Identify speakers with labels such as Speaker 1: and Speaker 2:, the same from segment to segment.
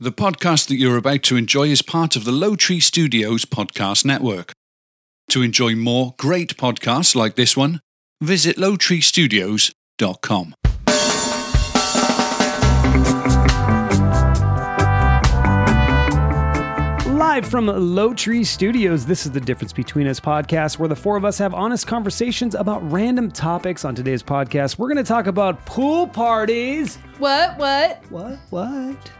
Speaker 1: The podcast that you're about to enjoy is part of the Low Tree Studios podcast network. To enjoy more great podcasts like this one, visit lowtreestudios.com.
Speaker 2: Live from Low Tree Studios, this is the Difference Between Us podcast, where the four of us have honest conversations about random topics. On today's podcast, we're going to talk about pool parties.
Speaker 3: What? What?
Speaker 2: What? What?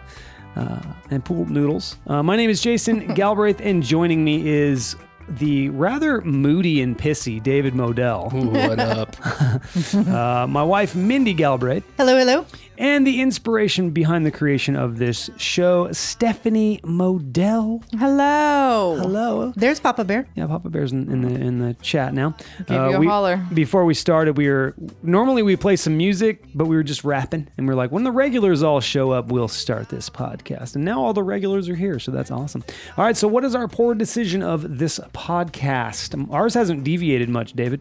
Speaker 2: Uh, and pool noodles. Uh, my name is Jason Galbraith, and joining me is the rather moody and pissy David Modell,
Speaker 4: What up?
Speaker 2: uh, my wife Mindy Galbraith,
Speaker 3: Hello, hello.
Speaker 2: and the inspiration behind the creation of this show, Stephanie Modell.
Speaker 3: Hello.
Speaker 2: Hello.
Speaker 3: There's Papa Bear.
Speaker 2: Yeah, Papa Bear's in, in the in the chat now. Uh,
Speaker 3: you a
Speaker 2: we-
Speaker 3: holler.
Speaker 2: Before we started, we were normally we play some music, but we were just rapping, and we are like, when the regulars all show up, we'll start this podcast. And now all the regulars are here, so that's awesome. All right, so what is our poor decision of this podcast? Um, Ours hasn't deviated much, David.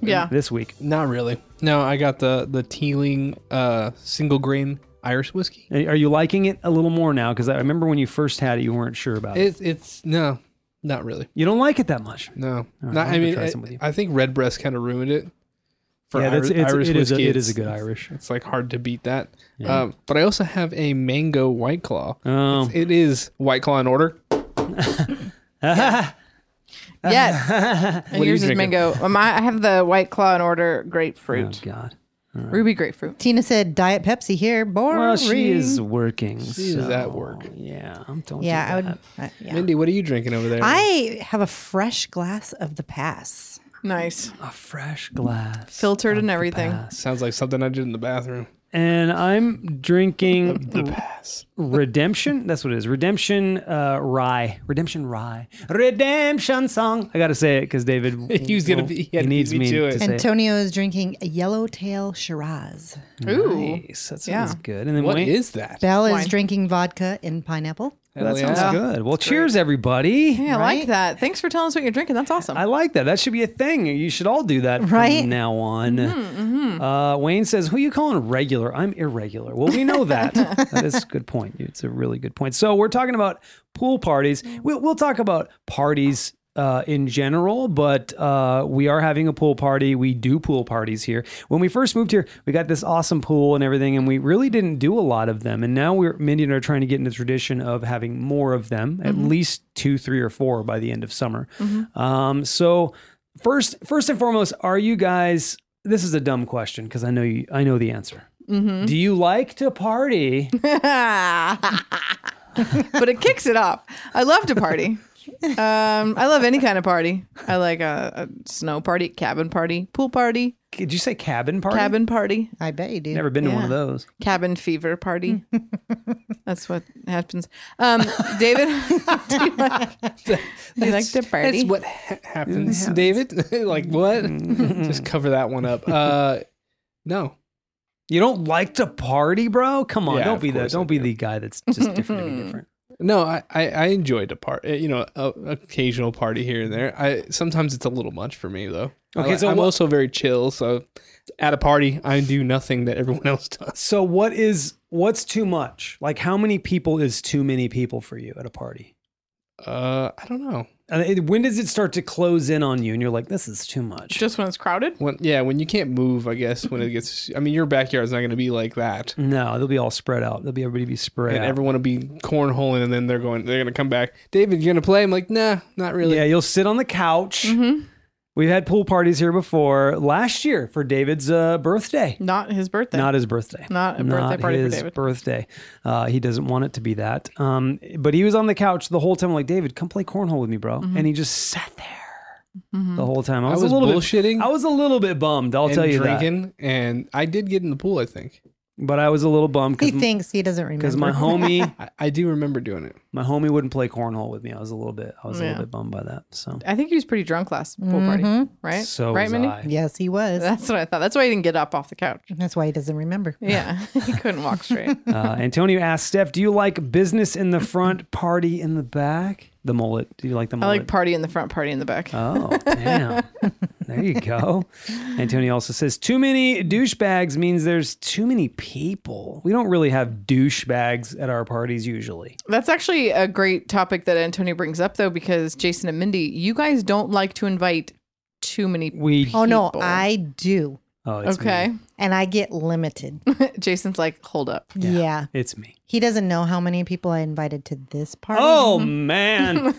Speaker 3: Yeah.
Speaker 2: This week,
Speaker 4: Not really. No, I got the the Teeling uh, single grain Irish whiskey.
Speaker 2: are you liking it a little more now? Because I remember when you first had it, you weren't sure about it.
Speaker 4: It's it's no, not really.
Speaker 2: You don't like it that much.
Speaker 4: No,
Speaker 2: All right, I'll
Speaker 4: not,
Speaker 2: have
Speaker 4: I
Speaker 2: to
Speaker 4: mean,
Speaker 2: try some with
Speaker 4: I,
Speaker 2: you.
Speaker 4: I think Redbreast kind of ruined it. For
Speaker 2: yeah, that's
Speaker 4: Iri-
Speaker 2: it's,
Speaker 4: Irish
Speaker 2: it is a,
Speaker 4: whiskey,
Speaker 2: it is a
Speaker 4: it's-
Speaker 2: good Irish.
Speaker 4: It's like hard to beat that.
Speaker 2: Yeah.
Speaker 4: Um, but I also have a mango White Claw.
Speaker 2: Oh.
Speaker 4: It's- It is White Claw in order.
Speaker 3: Yes. and
Speaker 4: What are
Speaker 3: yours
Speaker 4: you
Speaker 3: is
Speaker 4: drinking?
Speaker 3: mango. Um, I I have the White Claw in order
Speaker 2: Oh
Speaker 3: grapefruit,
Speaker 2: God.
Speaker 3: ruby grapefruit.
Speaker 5: Tina said Diet Pepsi here. Boring.
Speaker 2: Well, she is working.
Speaker 4: She is
Speaker 2: so,
Speaker 4: at work.
Speaker 2: Yeah, I'm don't
Speaker 5: Yeah, I
Speaker 2: do that.
Speaker 5: would. Uh, yeah.
Speaker 4: Mindy, what are you drinking over there?
Speaker 5: I have a fresh glass of the pass.
Speaker 3: Nice,
Speaker 2: a fresh glass.
Speaker 3: filtered and everything.
Speaker 4: Sounds like something I did in the bathroom.
Speaker 2: And I'm drinking
Speaker 4: The pass.
Speaker 2: Redemption. That's what it is. Redemption uh, rye. Redemption rye. Redemption song. I gotta say it because David.
Speaker 4: He was gonna
Speaker 2: will-
Speaker 4: be- he
Speaker 2: He
Speaker 4: had to
Speaker 2: needs
Speaker 4: beat
Speaker 2: me
Speaker 4: me to
Speaker 2: to
Speaker 4: it.
Speaker 2: say. it.
Speaker 5: Antonio is drinking a Yellowtail Shiraz.
Speaker 3: Ooh,
Speaker 2: Nice. That sounds
Speaker 3: Yeah.
Speaker 2: good. And then
Speaker 4: What
Speaker 2: Wayne-
Speaker 4: is that?
Speaker 5: Belle is
Speaker 3: Wine.
Speaker 5: drinking vodka and pineapple.
Speaker 2: That
Speaker 4: Hell
Speaker 2: sounds
Speaker 4: yeah.
Speaker 2: good. Well, cheers, everybody.
Speaker 3: yeah, I like
Speaker 5: Right?
Speaker 3: that. Thanks for telling us what you're drinking. That's awesome.
Speaker 2: I like that. That should be a thing. You should all do that from
Speaker 5: Right?
Speaker 2: now on. Uh, Wayne says, "Who you calling regular? I'm irregular." Well, we know that. that is a good point. It's a really good point. So we're talking about pool parties. We'll, we'll talk about parties. Uh, in general, but uh, we are having a pool party. We do pool parties here. When we first moved here, we got this awesome pool and everything, and we really didn't do a lot of them. And now we're Mindy and I are trying to get into the tradition of having more of them, at least two, three, or four by the end of summer. Um, so first, first and foremost, are you guys? This is a dumb question because I know you. I know the answer.
Speaker 3: Mm-hmm.
Speaker 2: Do you like to party?
Speaker 3: but it kicks it off. I love to party. Um, I love any kind of party. I like a, a snow party, cabin party, pool party,
Speaker 2: Did you say cabin party?
Speaker 3: cabin party,
Speaker 5: I bet you do.
Speaker 2: Never been to one of
Speaker 3: Yeah.
Speaker 2: those.
Speaker 3: cabin fever party.
Speaker 2: Hmm.
Speaker 3: That's what happens. Um, David, do you like, do you like to party?
Speaker 4: That's what ha- happens, David. like what?
Speaker 2: Mm-hmm.
Speaker 4: Just cover that one up. Uh, no,
Speaker 2: You don't like to party, bro? Come on,
Speaker 4: Yeah,
Speaker 2: don't
Speaker 4: of
Speaker 2: be the
Speaker 4: course I
Speaker 2: don't be
Speaker 4: do.
Speaker 2: the guy that's just different to be different.
Speaker 4: no. I I, I enjoyed a part. eh, You know, a, occasional party here and there. I sometimes it's a little much for me though.
Speaker 2: Okay,
Speaker 4: I,
Speaker 2: so
Speaker 4: I'm
Speaker 2: what-
Speaker 4: also very chill. So at a party, I do nothing that everyone else does.
Speaker 2: So what is what's too much? Like how many people is too many people for you at a party?
Speaker 4: Uh, I don't know.
Speaker 2: And it- When does it start to close in on you and you're like, this is too much?
Speaker 3: Just when it's crowded?
Speaker 4: When yeah, when you can't move, I guess when it gets. I mean, your backyard's not going to be like that.
Speaker 2: No, they'll be all spread out. They'll be everybody be spread
Speaker 4: And
Speaker 2: out.
Speaker 4: everyone will be cornholing, and then they're going. They're going to come back. David, you gonna play? I'm like, nah, not really.
Speaker 2: Yeah, you'll sit on the couch.
Speaker 3: Mm-hmm.
Speaker 2: We've had pool parties here before. Last year for David's uh, birthday,
Speaker 3: Not his birthday.
Speaker 2: not his birthday,
Speaker 3: Not a birthday party for
Speaker 2: his
Speaker 3: David.
Speaker 2: Birthday. Uh, he doesn't want it to be that. Um, but he was on the couch the whole time. Like David, come play cornhole with me, bro.
Speaker 3: Mm-hmm.
Speaker 2: And he just sat there the whole time. I
Speaker 4: I
Speaker 2: was,
Speaker 4: was
Speaker 2: a little
Speaker 4: bullshitting
Speaker 2: Bit, I was a little bit bummed. I'll
Speaker 4: and
Speaker 2: tell you that.
Speaker 4: drinking, and I did get in the pool. I think
Speaker 2: But I was a little bummed
Speaker 5: He
Speaker 2: because
Speaker 5: thinks he doesn't remember.
Speaker 2: because my homie
Speaker 4: I, I do remember doing it.
Speaker 2: my homie wouldn't play cornhole with me. I was a little bit I was a
Speaker 3: Yeah.
Speaker 2: little bit bummed by that. So
Speaker 3: I think he was pretty drunk last pool party, right?
Speaker 2: Mm-hmm. so
Speaker 3: right,
Speaker 2: was
Speaker 3: Mindy?
Speaker 2: I.
Speaker 5: yes, he was.
Speaker 3: That's what I thought. That's why he didn't get up off the couch.
Speaker 5: That's why he doesn't remember.
Speaker 3: Yeah, he couldn't walk straight.
Speaker 2: Uh, Antonio asked Steph, "Do you like business in the front, party in the back?" The mullet. Do you like the
Speaker 3: I like
Speaker 2: mullet?
Speaker 3: party in the front, party in the back.
Speaker 2: oh, damn. there you go. Antonio also says too many douchebags means there's too many people. We don't really have douchebags at our parties usually.
Speaker 3: That's actually a great topic that Antonio brings up, though, because Jason and Mindy, you guys don't like to invite too many.
Speaker 2: We
Speaker 5: Oh no,
Speaker 3: People.
Speaker 5: I do,
Speaker 2: Oh, it's
Speaker 3: Okay,
Speaker 2: Me.
Speaker 5: and I get limited.
Speaker 3: Jason's like, hold up.
Speaker 5: yeah.
Speaker 2: It's me.
Speaker 5: he doesn't know how many people I invited to this party.
Speaker 2: Oh man.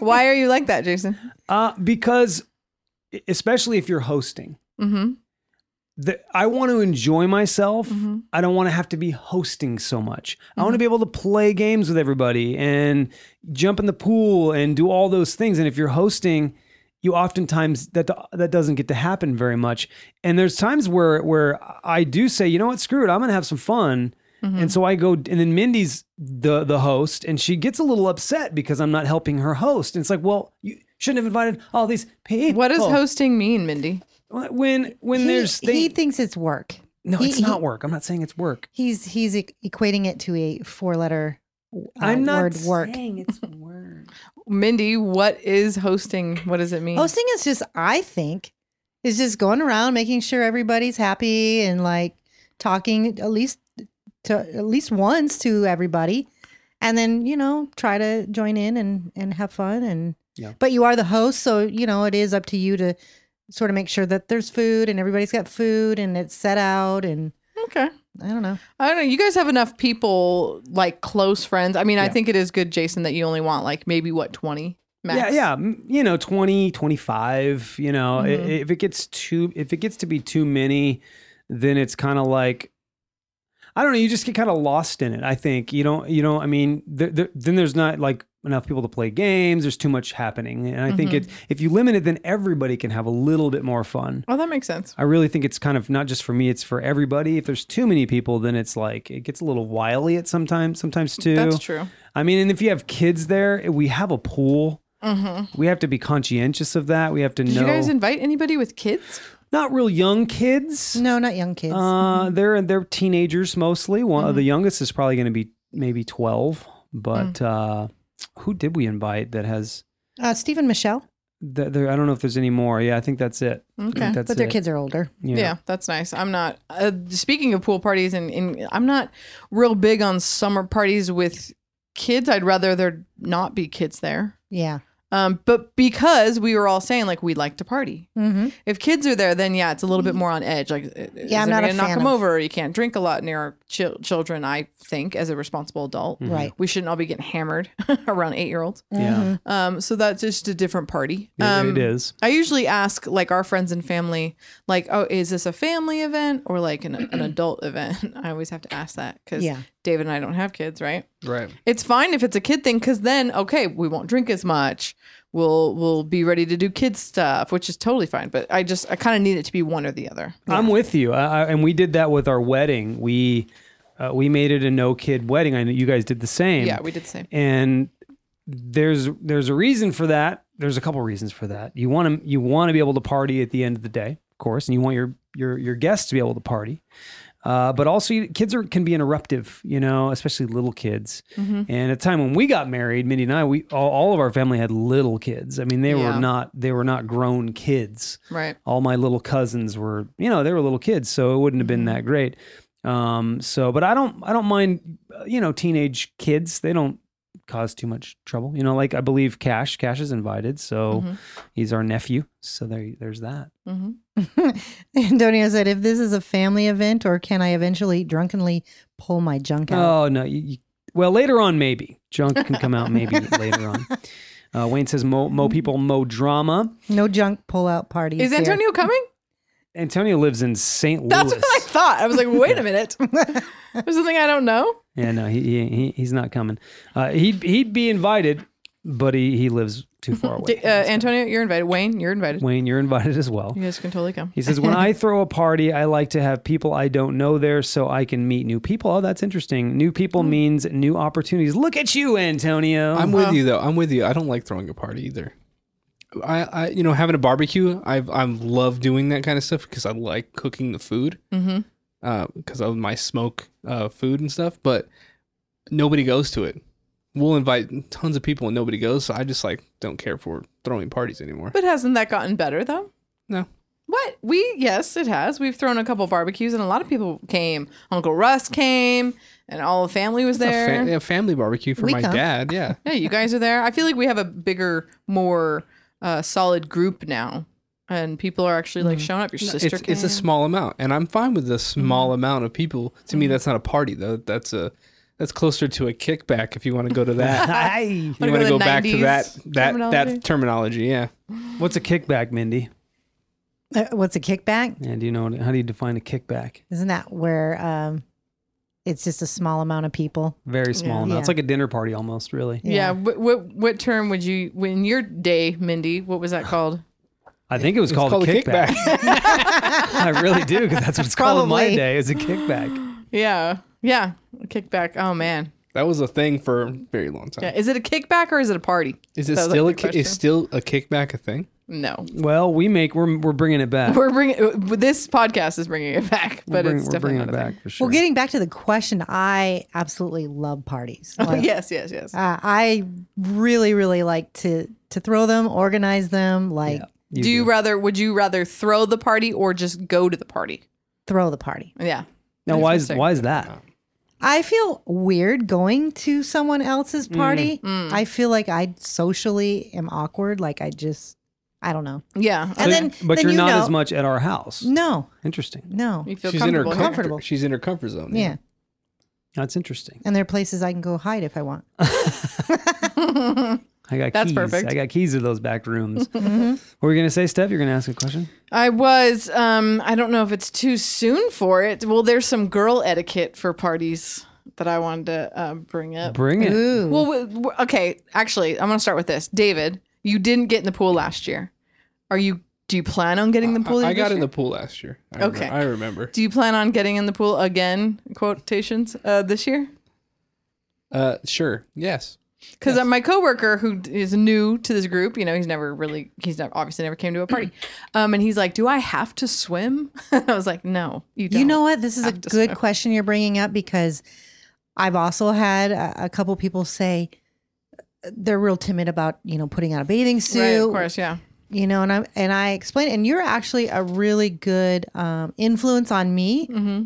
Speaker 3: Why are you like that, Jason?
Speaker 2: Uh because especially if you're hosting.
Speaker 3: Mm-hmm.
Speaker 2: the, I want to enjoy myself.
Speaker 3: Mhm.
Speaker 2: I don't want to have to be hosting so much. I want to be able to play games with everybody and jump in the pool and do all those things. And if you're hosting, you oftentimes that that doesn't get to happen very much. And there's times where where I do say, you know what, screw it, I'm gonna have some fun. And so I go, and then Mindy's the the host, and she gets a little upset because I'm not helping her host. And it's like, well, you shouldn't have invited all these people.
Speaker 3: What does hosting mean, Mindy?
Speaker 2: when when
Speaker 5: he,
Speaker 2: there's thi-
Speaker 5: he thinks it's work.
Speaker 2: no,
Speaker 5: He-
Speaker 2: it's not
Speaker 5: he-
Speaker 2: work. I'm not saying it's work.
Speaker 5: He's he's e- equating it to a four letter uh,
Speaker 2: I'm not
Speaker 5: word work.
Speaker 2: it's work.
Speaker 3: Mindy, what is hosting? What does it mean?
Speaker 5: Hosting is just, I think, is just going around making sure everybody's happy and like talking at least to at least once to everybody, and then you know try to join in and and have fun and.
Speaker 2: Yeah.
Speaker 5: But you are the host, so you know it is up to you to sort of make sure that there's food and everybody's got food and it's set out and
Speaker 3: okay.
Speaker 5: I don't know.
Speaker 3: I don't know. You guys have enough people, like close friends. I mean, I
Speaker 2: Yeah.
Speaker 3: think it is good, Jason, that you only want like maybe what, 20 max?
Speaker 2: Yeah, yeah, m- you know, 20, 25, you know, i-
Speaker 5: Mm-hmm.
Speaker 3: Mhm.
Speaker 2: if it gets too if it gets to be too many, then it's kind of like I don't know, you just get kind of lost in it. I think you don't you know, I mean, th- th- then there's not like enough people to play games, there's too much happening. And I think
Speaker 3: Mhm.
Speaker 5: Mm-hmm.
Speaker 2: it's if you limit it then everybody can have a little bit more fun.
Speaker 3: Oh, that makes sense.
Speaker 2: I really think it's kind of not just for me, it's for everybody. If there's too many people, then it's like it gets a little wily at sometimes sometimes too.
Speaker 3: That's true.
Speaker 2: I mean, and if you have kids there, we have a pool. We have to be conscientious of that. We have to
Speaker 3: Mm-hmm. Did
Speaker 2: know
Speaker 3: you guys invite anybody with kids?
Speaker 2: not real young kids.
Speaker 5: No, not young kids.
Speaker 3: Mm-hmm.
Speaker 2: Uh, they're they're teenagers mostly. One uh, the youngest is probably going to be maybe twelve. But
Speaker 3: Mm.
Speaker 2: uh, who did we invite that has?
Speaker 5: Uh, Steve and Michelle,
Speaker 2: That there, I don't know if there's any more. Yeah, I think that's it. I
Speaker 3: Okay.
Speaker 2: think that's
Speaker 5: but their
Speaker 2: it.
Speaker 5: kids are older.
Speaker 2: Mm-hmm. Yeah.
Speaker 3: Yeah. that's nice. I'm not. Uh, speaking of pool parties, and, and I'm not real big on summer parties with kids. I'd rather there not be kids there.
Speaker 5: Yeah.
Speaker 3: Um, but because we were all saying like we like to party.
Speaker 5: Mm-hmm.
Speaker 3: If kids are there, then yeah, it's a little bit more on edge. Like, yeah,
Speaker 5: I'm not a
Speaker 3: knock
Speaker 5: fan
Speaker 3: them
Speaker 5: of-
Speaker 3: over. You can't drink a lot near our chil- children. I think as a responsible adult,
Speaker 2: Mhm.
Speaker 5: Right. Mm-hmm.
Speaker 3: we shouldn't all be getting hammered around eight year olds.
Speaker 2: Yeah.
Speaker 3: Um, so that's just a different party.
Speaker 2: It-
Speaker 3: Um,
Speaker 2: it is.
Speaker 3: I usually ask like our friends and family, like, oh, is this a family event or like an, an adult event? I always have to ask that because
Speaker 5: Yeah.
Speaker 3: David and I don't have kids, right?
Speaker 4: Right.
Speaker 3: It's fine if it's a kid thing because then okay, we won't drink as much. We'll we'll be ready to do kids stuff, which is totally fine. But I just I kind of need it to be one or the other.
Speaker 2: I'm with you, I, I, and we did that with our wedding. We uh, we made it a no kid wedding. I know you guys did the same.
Speaker 3: Yeah, we did the same.
Speaker 2: and there's there's a reason for that there's a couple reasons for that you want to you want to be able to party at the end of the day of course and you want your your your guests to be able to party uh, but also you, kids are can be interruptive you know especially little kids and at the time when we got married mindy and i we all, all of our family had little kids i mean they
Speaker 3: Yeah.
Speaker 2: were not they were not grown kids
Speaker 3: Right.
Speaker 2: all my little cousins were you know they were little kids so it wouldn't have
Speaker 3: Mm-hmm.
Speaker 2: been that great um so but i don't i don't mind uh, you know teenage kids they don't cause too much trouble you know like i believe cash cash is invited so
Speaker 3: Mhm.
Speaker 2: he's our nephew so there there's that
Speaker 3: Mm-hmm.
Speaker 5: Antonio said, if this is a family event, or can I eventually drunkenly pull my junk out?
Speaker 2: oh no you, you, well later on maybe junk can come out maybe later on uh, wayne says mo,
Speaker 3: Mm-hmm.
Speaker 2: mo people mo drama
Speaker 5: No junk pull out parties.
Speaker 3: Is
Speaker 5: here.
Speaker 3: Antonio coming?
Speaker 2: antonio lives in st louis
Speaker 3: That's what I thought. I was like, wait a minute. There's something I don't know.
Speaker 2: Yeah, no, he, he he- he's not coming. Uh, he'd he'd be invited, but he, he lives too far away.
Speaker 3: D- uh, Antonio, you're invited. Wayne, you're invited.
Speaker 2: Wayne, you're invited as well.
Speaker 3: You guys can totally come.
Speaker 2: He says, "When I throw a party, I like to have people I don't know there, so I can meet new people." Oh, that's interesting. New people means new opportunities. Look at you, Antonio.
Speaker 4: I'm with you though. I'm with you. I don't like throwing a party either. I, I you know, having a barbecue, I've I love doing that kind of stuff because I like cooking the food
Speaker 3: Mm-hmm.
Speaker 4: uh, because of my smoke uh, food and stuff. But nobody goes to it. we'll invite tons of people and nobody goes. So I just like don't care for throwing parties anymore.
Speaker 3: But hasn't that gotten better though?
Speaker 4: No.
Speaker 3: What? We yes, it has. We've thrown a couple barbecues and a lot of people came. Uncle Russ came and all the family was
Speaker 4: A
Speaker 3: there.
Speaker 4: fa- a family barbecue for
Speaker 5: We
Speaker 4: my
Speaker 5: come.
Speaker 4: dad. Yeah.
Speaker 3: Yeah, you guys are there. I feel like we have a bigger, more uh, solid group now. And people are actually like showing up. Your sister
Speaker 4: It's, it's a
Speaker 3: came.
Speaker 4: small amount, and I'm fine with a small amount of people. To me, that's not a party though. That's a that's closer to a kickback if you want to go to that.
Speaker 2: Hi.
Speaker 4: you
Speaker 3: Wanna
Speaker 4: want to
Speaker 3: go
Speaker 4: go
Speaker 3: to
Speaker 4: back to that
Speaker 3: 90s
Speaker 4: that
Speaker 3: terminology?
Speaker 4: that terminology. Yeah.
Speaker 2: What's a kickback, Mindy?
Speaker 5: Uh, what's a kickback?
Speaker 2: And do you know what- how do you define a kickback?
Speaker 5: Isn't that where um, it's just a small amount of people?
Speaker 2: Very small
Speaker 5: Yeah.
Speaker 2: amount. It's
Speaker 5: Yeah.
Speaker 2: like a dinner party almost, really.
Speaker 3: yeah. What, what what term would you in your day, Mindy? What was that called?
Speaker 2: I think it was
Speaker 4: It's
Speaker 2: called, a kickback. I really do because that's what it's called in my
Speaker 5: Probably.
Speaker 2: day. It's a kickback.
Speaker 3: Yeah, yeah, kickback. Oh man,
Speaker 4: that was a thing for a very long time.
Speaker 3: yeah. Is it a kickback or is it a party?
Speaker 4: Is it
Speaker 3: That was, like,
Speaker 4: still
Speaker 3: the
Speaker 4: a ki-
Speaker 3: question.
Speaker 4: is still a kickback a thing?
Speaker 3: No,
Speaker 2: Well, we make we're we're bringing it back.
Speaker 3: we're bringing this podcast is bringing it back,
Speaker 2: We're
Speaker 3: but
Speaker 2: bring-
Speaker 3: it's
Speaker 2: we're
Speaker 3: definitely
Speaker 2: bringing it
Speaker 3: not a thing.
Speaker 2: back for sure.
Speaker 5: Well, getting back to the question, I absolutely love parties. Like,
Speaker 3: yes, yes, yes.
Speaker 5: uh, I really, really like to to throw them, organize them, like
Speaker 2: You
Speaker 3: do you rather? Would you rather throw the party or just go to the party?
Speaker 5: throw the party.
Speaker 3: Yeah.
Speaker 2: now? Why is
Speaker 3: Interesting.
Speaker 2: why is that?
Speaker 5: I feel weird going to someone else's party.
Speaker 3: Mm.
Speaker 5: I feel like I socially am awkward. Like I just, I don't know.
Speaker 3: Yeah.
Speaker 5: And then,
Speaker 2: But
Speaker 5: then
Speaker 2: you're
Speaker 5: you
Speaker 2: not
Speaker 5: know,
Speaker 2: as much at our house.
Speaker 5: No,
Speaker 2: Interesting.
Speaker 5: no,
Speaker 3: You feel
Speaker 4: she's in her
Speaker 3: comfortable.
Speaker 4: comfort.
Speaker 3: yeah.
Speaker 5: Comfortable.
Speaker 4: She's in her comfort zone.
Speaker 5: yeah.
Speaker 2: That's interesting.
Speaker 5: And there are places I can go hide if I want.
Speaker 2: I got
Speaker 3: That's
Speaker 2: keys.
Speaker 3: perfect. Mm-hmm.
Speaker 2: I got keys to those back rooms. What were you gonna say, Steph? You're gonna ask a question?
Speaker 3: I was. Um, I don't know if it's too soon for it. Well, there's some girl etiquette for parties that I wanted to uh, bring up.
Speaker 2: Bring it.
Speaker 5: Ooh.
Speaker 3: Well, w- w- okay. Actually, I'm going to start with this. David, you didn't get in the pool last year. Are you? Do you plan on getting in the pool?
Speaker 4: I, I
Speaker 3: this
Speaker 4: got in
Speaker 3: year?
Speaker 4: the pool last year. I
Speaker 3: Okay.
Speaker 4: remember, I remember.
Speaker 3: Do you plan on getting in the pool again? Quotations uh, this year.
Speaker 4: Uh, sure. Yes.
Speaker 3: because uh, my coworker who d- is new to this group you know he's never really he's never, obviously never came to a party um and he's like do i have to swim i was like no you don't
Speaker 5: You know what? This is a
Speaker 3: have to
Speaker 5: good
Speaker 3: swim.
Speaker 5: question you're bringing up because I've also had a, a couple people say they're real timid about you know putting on a bathing suit,
Speaker 3: right, of course yeah
Speaker 5: you know, and I and I explain, and you're actually a really good um, influence on me.
Speaker 3: hmm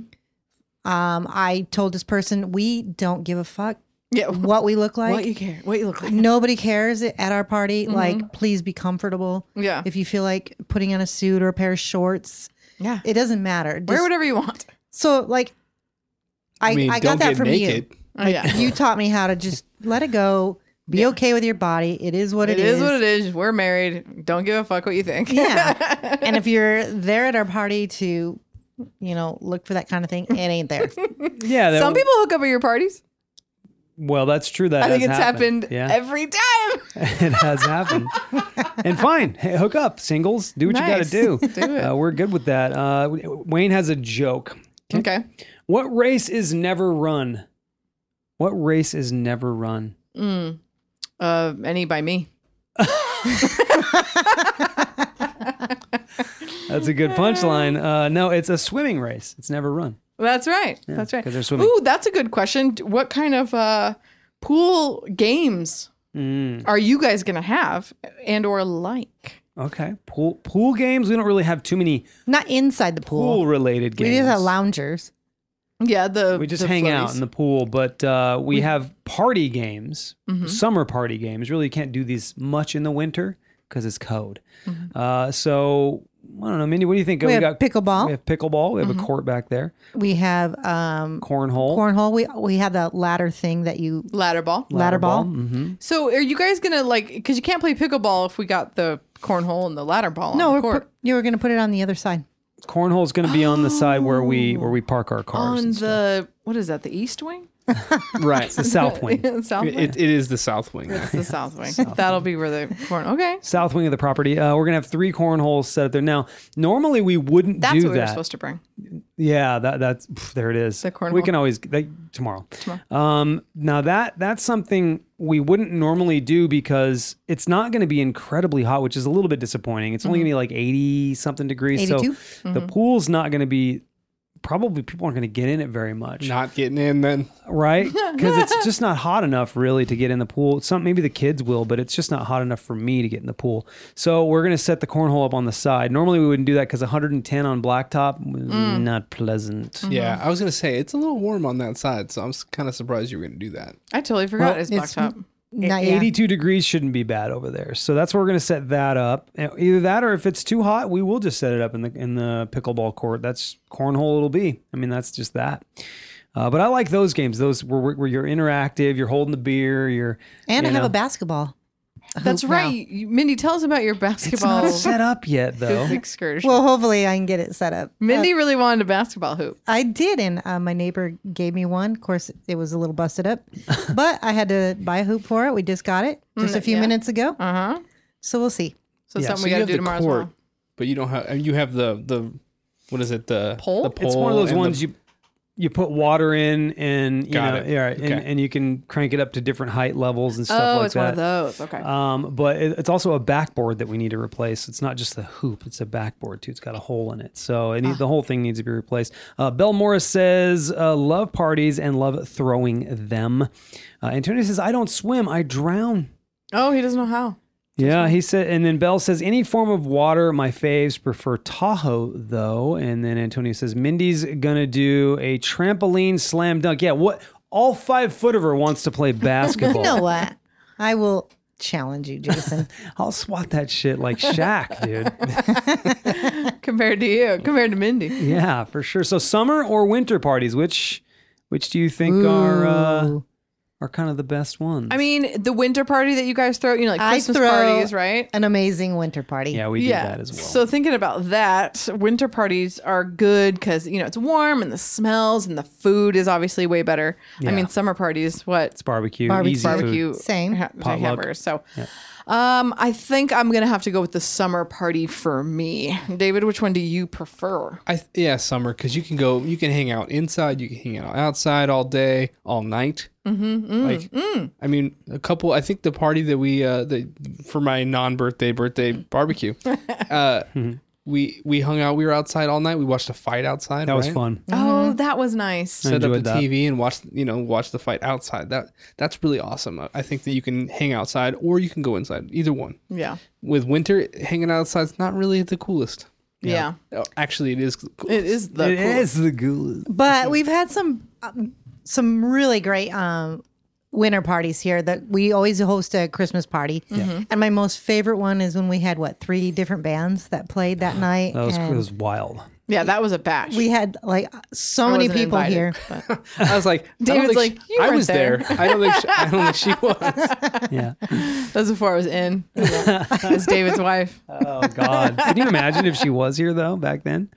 Speaker 5: Um, I told this person we don't give a fuck
Speaker 3: yeah
Speaker 5: what we look like.
Speaker 3: what you care what you look like
Speaker 5: Nobody cares at our party. Like, please be comfortable.
Speaker 3: yeah
Speaker 5: If you feel like putting on a suit or a pair of shorts,
Speaker 3: yeah
Speaker 5: it doesn't matter.
Speaker 3: wear
Speaker 5: Just-
Speaker 3: whatever you want
Speaker 5: so like, I I,
Speaker 4: mean,
Speaker 5: got
Speaker 4: don't
Speaker 5: that
Speaker 4: get
Speaker 5: from you.
Speaker 4: naked.
Speaker 3: oh, yeah
Speaker 5: You taught me how to just let it go, be okay with your body. It is what
Speaker 3: it is, what it is we're married don't give a fuck what you think
Speaker 5: Yeah. and if you're there at our party to, you know, look for that kind of thing, it ain't there.
Speaker 2: Yeah. That,
Speaker 3: some people hook up at your parties
Speaker 2: Well, that's true. That
Speaker 3: i think
Speaker 2: has
Speaker 3: it's happened,
Speaker 2: Yeah.
Speaker 3: every time
Speaker 2: it has happened. and fine, hey, hook up, singles. Do what
Speaker 3: Nice.
Speaker 2: you got to do.
Speaker 3: Do it.
Speaker 2: Uh, we're good with that. Uh, Wayne has a joke.
Speaker 3: okay
Speaker 2: What race is never run? What race is never run?
Speaker 3: uh any by me
Speaker 2: That's a good punchline. Uh, no, it's a swimming race. It's never run.
Speaker 3: That's right. that's right.
Speaker 2: 'cause they're swimming.
Speaker 3: Ooh, that's a good question. D- What kind of uh, pool games
Speaker 2: Mm.
Speaker 3: are you guys gonna have and or like?
Speaker 2: Okay. Pool pool games. We don't really have too many
Speaker 5: Not inside the pool.
Speaker 2: pool related
Speaker 5: we
Speaker 2: games.
Speaker 5: just have loungers.
Speaker 3: Yeah, the
Speaker 2: We just
Speaker 3: the
Speaker 2: hang out
Speaker 3: floaties.
Speaker 2: in the pool, but uh, we, have party games,
Speaker 5: Mm-hmm.
Speaker 2: summer party games. Really, you can't do these much in the winter because it's cold. Uh, so I don't know, Mindy. What do you think?
Speaker 5: Mm-hmm.
Speaker 2: Oh,
Speaker 5: We, have pickleball. Mm-hmm.
Speaker 2: We have pickleball. We have a court back there.
Speaker 5: We have um,
Speaker 2: Cornhole.
Speaker 5: cornhole. We we have that ladder thing that you
Speaker 3: ladder ball.
Speaker 5: ladder ball.
Speaker 2: hmm
Speaker 3: So are you guys gonna like? Because you can't play pickleball if we got the cornhole and the ladder ball.
Speaker 5: No,
Speaker 3: on
Speaker 5: we're
Speaker 3: the court.
Speaker 5: put- you were going to put it on the other side.
Speaker 2: Cornhole is going to be on the side where we where we park our cars.
Speaker 3: on
Speaker 5: Oh,
Speaker 2: and stuff.
Speaker 3: the what is that? The east wing,
Speaker 4: Right.
Speaker 2: the south wing.
Speaker 3: south wing.
Speaker 4: It, it is the South Wing.
Speaker 3: it's the south wing. That'll be where the corn. Okay,
Speaker 2: South wing of the property. Uh, we're gonna have three cornholes set up there. Now, normally we wouldn't
Speaker 3: that's
Speaker 2: do
Speaker 3: what we were
Speaker 2: that.
Speaker 3: supposed to bring.
Speaker 2: Yeah, that that's pff, there. It is.
Speaker 3: The cornhole.
Speaker 2: We can always that, tomorrow. Um, now that that's something we wouldn't normally do because it's not going to be incredibly hot, which is a little
Speaker 3: Mm-hmm.
Speaker 2: bit disappointing. It's only going to be like eighty something degrees. So
Speaker 5: 82?
Speaker 2: the pool's not going to be probably people aren't going to get in it very much,
Speaker 4: Not getting in then.
Speaker 2: right? Because it's just not hot enough really to get in the pool. Some maybe the kids will, but it's just not hot enough for me to get in the pool. So we're going to set the cornhole up on the side. Normally we wouldn't do that because 110 on blacktop was not pleasant.
Speaker 4: Yeah, I was gonna say it's a little warm on that side, so I'm kind of surprised you were gonna do that.
Speaker 3: I totally forgot
Speaker 5: Well,
Speaker 3: it's
Speaker 5: it's-
Speaker 3: blacktop.
Speaker 5: Not yet.
Speaker 2: 82 degrees shouldn't be bad over there. So that's where we're going to set that up. And Either that or if it's too hot, we will just set it up in the in the pickleball court. That's cornhole it'll be. I mean, that's just that. Uh, but I like those games. Those where, where- where you're interactive, you're holding the beer, you're
Speaker 5: And I
Speaker 2: you
Speaker 5: have
Speaker 2: know.
Speaker 5: a basketball.
Speaker 3: That's
Speaker 5: hoop now.
Speaker 3: right. You- Mindy, tell us about your
Speaker 2: It's not
Speaker 3: basketball
Speaker 2: set up yet though.
Speaker 3: excursion.
Speaker 5: Well, hopefully I can get it set up. Uh,
Speaker 3: Mindy really wanted a basketball hoop.
Speaker 5: I did, and uh, my neighbor gave me one. Of course, it was a little busted up, but I had to buy a hoop for it. We just got it just a few
Speaker 3: yeah.
Speaker 5: minutes ago,
Speaker 3: Uh huh.
Speaker 5: so we'll see.
Speaker 3: So
Speaker 2: Yeah, so
Speaker 3: something
Speaker 4: So
Speaker 3: we
Speaker 4: you
Speaker 3: got to
Speaker 4: have
Speaker 3: do
Speaker 4: the
Speaker 3: tomorrow
Speaker 4: court,
Speaker 3: as well.
Speaker 4: but you don't have. and You have the the what is it? The
Speaker 3: Pole?
Speaker 4: The
Speaker 3: It's
Speaker 4: pole
Speaker 2: it's one of those
Speaker 4: and the-
Speaker 2: ones you you put water in and you
Speaker 4: Got
Speaker 2: know
Speaker 4: it.
Speaker 2: yeah, right, and,
Speaker 4: Okay.
Speaker 2: and you can crank it up to different height levels and stuff
Speaker 3: Oh,
Speaker 2: like
Speaker 3: it's
Speaker 2: that.
Speaker 3: one of those. Okay.
Speaker 2: Um, but it, it's also a backboard that we need to replace. It's not just the hoop; it's a backboard too. It's got a hole in it, so
Speaker 3: Ah.
Speaker 2: it need, the whole thing needs to be replaced. Uh, Bell Morris says, uh, "Love parties and love throwing them." Uh, Antonio says, "I don't swim; I drown."
Speaker 3: oh, he doesn't know how.
Speaker 2: Yeah, he said, and then Bell says, "Any form of water, my faves prefer Tahoe though." And then Antonio says, "Mindy's gonna do a trampoline slam dunk." Yeah, what? All five foot of her wants to play basketball.
Speaker 5: You know what? I will challenge you, Jason.
Speaker 2: I'll swat that shit like Shaq, dude.
Speaker 3: Compared to you, compared to Mindy.
Speaker 2: Yeah, for sure. So summer or winter parties, which which do you think are uh,
Speaker 5: Ooh.
Speaker 2: are kind of the best ones?
Speaker 3: I mean, the winter party that you guys throw, you know, like
Speaker 5: I
Speaker 3: Christmas
Speaker 5: throw-
Speaker 3: parties, right?
Speaker 5: An amazing winter party.
Speaker 2: yeah, we
Speaker 3: yeah.
Speaker 2: do that as well.
Speaker 3: So thinking about that, winter parties are good because you know it's warm and the smells and the food is obviously way better. I mean, summer parties, what
Speaker 2: it's barbecue,
Speaker 5: Barbecue.
Speaker 2: easy food.
Speaker 3: barbecue,
Speaker 5: Same.
Speaker 3: ha-
Speaker 2: Potluck.
Speaker 3: hamburgers. So, um, I think I'm gonna have to go with the summer party for me. David, which one do you prefer?
Speaker 4: I th- yeah, summer because you can go, you can hang out inside, you can hang out outside all day, all night. Mm-hmm, like, I mean, a couple. I think the party that we uh, that for my non-birthday birthday barbecue, uh, we we hung out. We were outside all night. We watched a fight outside.
Speaker 2: That was
Speaker 4: right?
Speaker 2: fun.
Speaker 5: Mm-hmm.
Speaker 3: Oh, that was nice.
Speaker 4: Set up
Speaker 2: enjoyed
Speaker 4: the
Speaker 2: that.
Speaker 4: TV and watch you know watch the fight outside. That that's really awesome. I- I think that you can hang outside or you can go inside. Either one.
Speaker 3: Yeah.
Speaker 4: With winter hanging outside's not really the coolest.
Speaker 3: Yeah.
Speaker 4: Oh, actually, it is. Cool.
Speaker 3: It is the
Speaker 2: It
Speaker 3: coolest.
Speaker 2: is the ghoul.
Speaker 5: But we've had some um, some really great um, winter parties here that we always host a Christmas party.
Speaker 2: Mm-hmm.
Speaker 5: And my most favorite one is when we had what three different bands that played that night.
Speaker 2: Uh-huh. That was, that
Speaker 5: and
Speaker 2: was wild.
Speaker 3: Yeah, that was a batch.
Speaker 5: We had like so
Speaker 3: I
Speaker 5: many
Speaker 3: wasn't
Speaker 5: people
Speaker 3: invited,
Speaker 5: here.
Speaker 3: but-
Speaker 4: I was like,
Speaker 3: David's
Speaker 4: I don't think
Speaker 3: like,
Speaker 4: she-
Speaker 3: "You
Speaker 4: I
Speaker 3: weren't
Speaker 4: was there. I don't think she, I don't think she was.
Speaker 2: Yeah.
Speaker 3: that was before I was in. As David's wife,
Speaker 2: Oh God. Can you imagine if she was here though back then?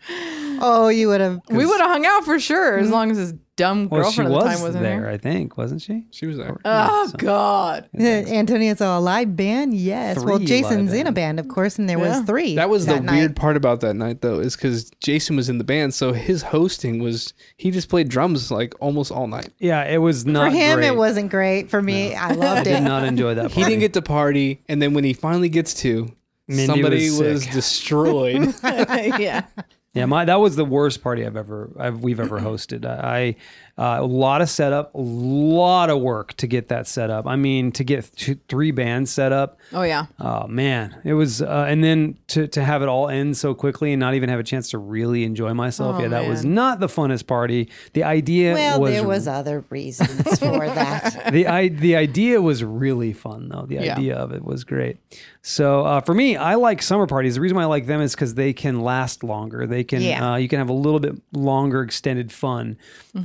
Speaker 5: Oh, you would have.
Speaker 3: we would have hung out for sure as long as his dumb
Speaker 2: Hmm. Well, she
Speaker 3: girlfriend at the time
Speaker 2: was
Speaker 3: wasn't
Speaker 2: there,
Speaker 3: here.
Speaker 2: I think, wasn't she?
Speaker 4: She was there.
Speaker 3: Oh God!
Speaker 5: Antonio's a live band. Yes. well,
Speaker 2: Three live
Speaker 5: Jason's in a band, of course, and there
Speaker 3: Yeah.
Speaker 5: was three.
Speaker 4: That was the
Speaker 5: night.
Speaker 4: weird part about that night, though, is because Jason was in the band, so his hosting was he just played drums like almost all night.
Speaker 2: Yeah, it was not
Speaker 5: For him,
Speaker 2: great.
Speaker 5: it wasn't great. For me, I loved
Speaker 2: Did
Speaker 5: it.
Speaker 2: not enjoy that. Party.
Speaker 4: He didn't get to party, and then when he finally gets to,
Speaker 2: Mindy
Speaker 4: somebody
Speaker 2: was
Speaker 4: was,
Speaker 2: sick.
Speaker 4: destroyed.
Speaker 3: yeah,
Speaker 2: Yeah, my that was the worst party I've ever I've, we've ever hosted. I uh, a lot of setup, a lot of work to get that set up. I mean, to get th- three bands set up.
Speaker 3: oh yeah.
Speaker 2: Oh man, it was, uh, and then to to have it all end so quickly and not even have a chance to really enjoy myself. yeah, that was not the funnest party. The idea
Speaker 5: Well,
Speaker 2: was,
Speaker 5: there was other reasons for that.
Speaker 2: the I, the idea was really fun though. The
Speaker 3: Yeah.
Speaker 2: idea of it was great. So uh, for me, I like summer parties. The reason why I like them is because they can last longer. They can
Speaker 5: Yeah.
Speaker 2: uh, you can have a little bit longer extended fun.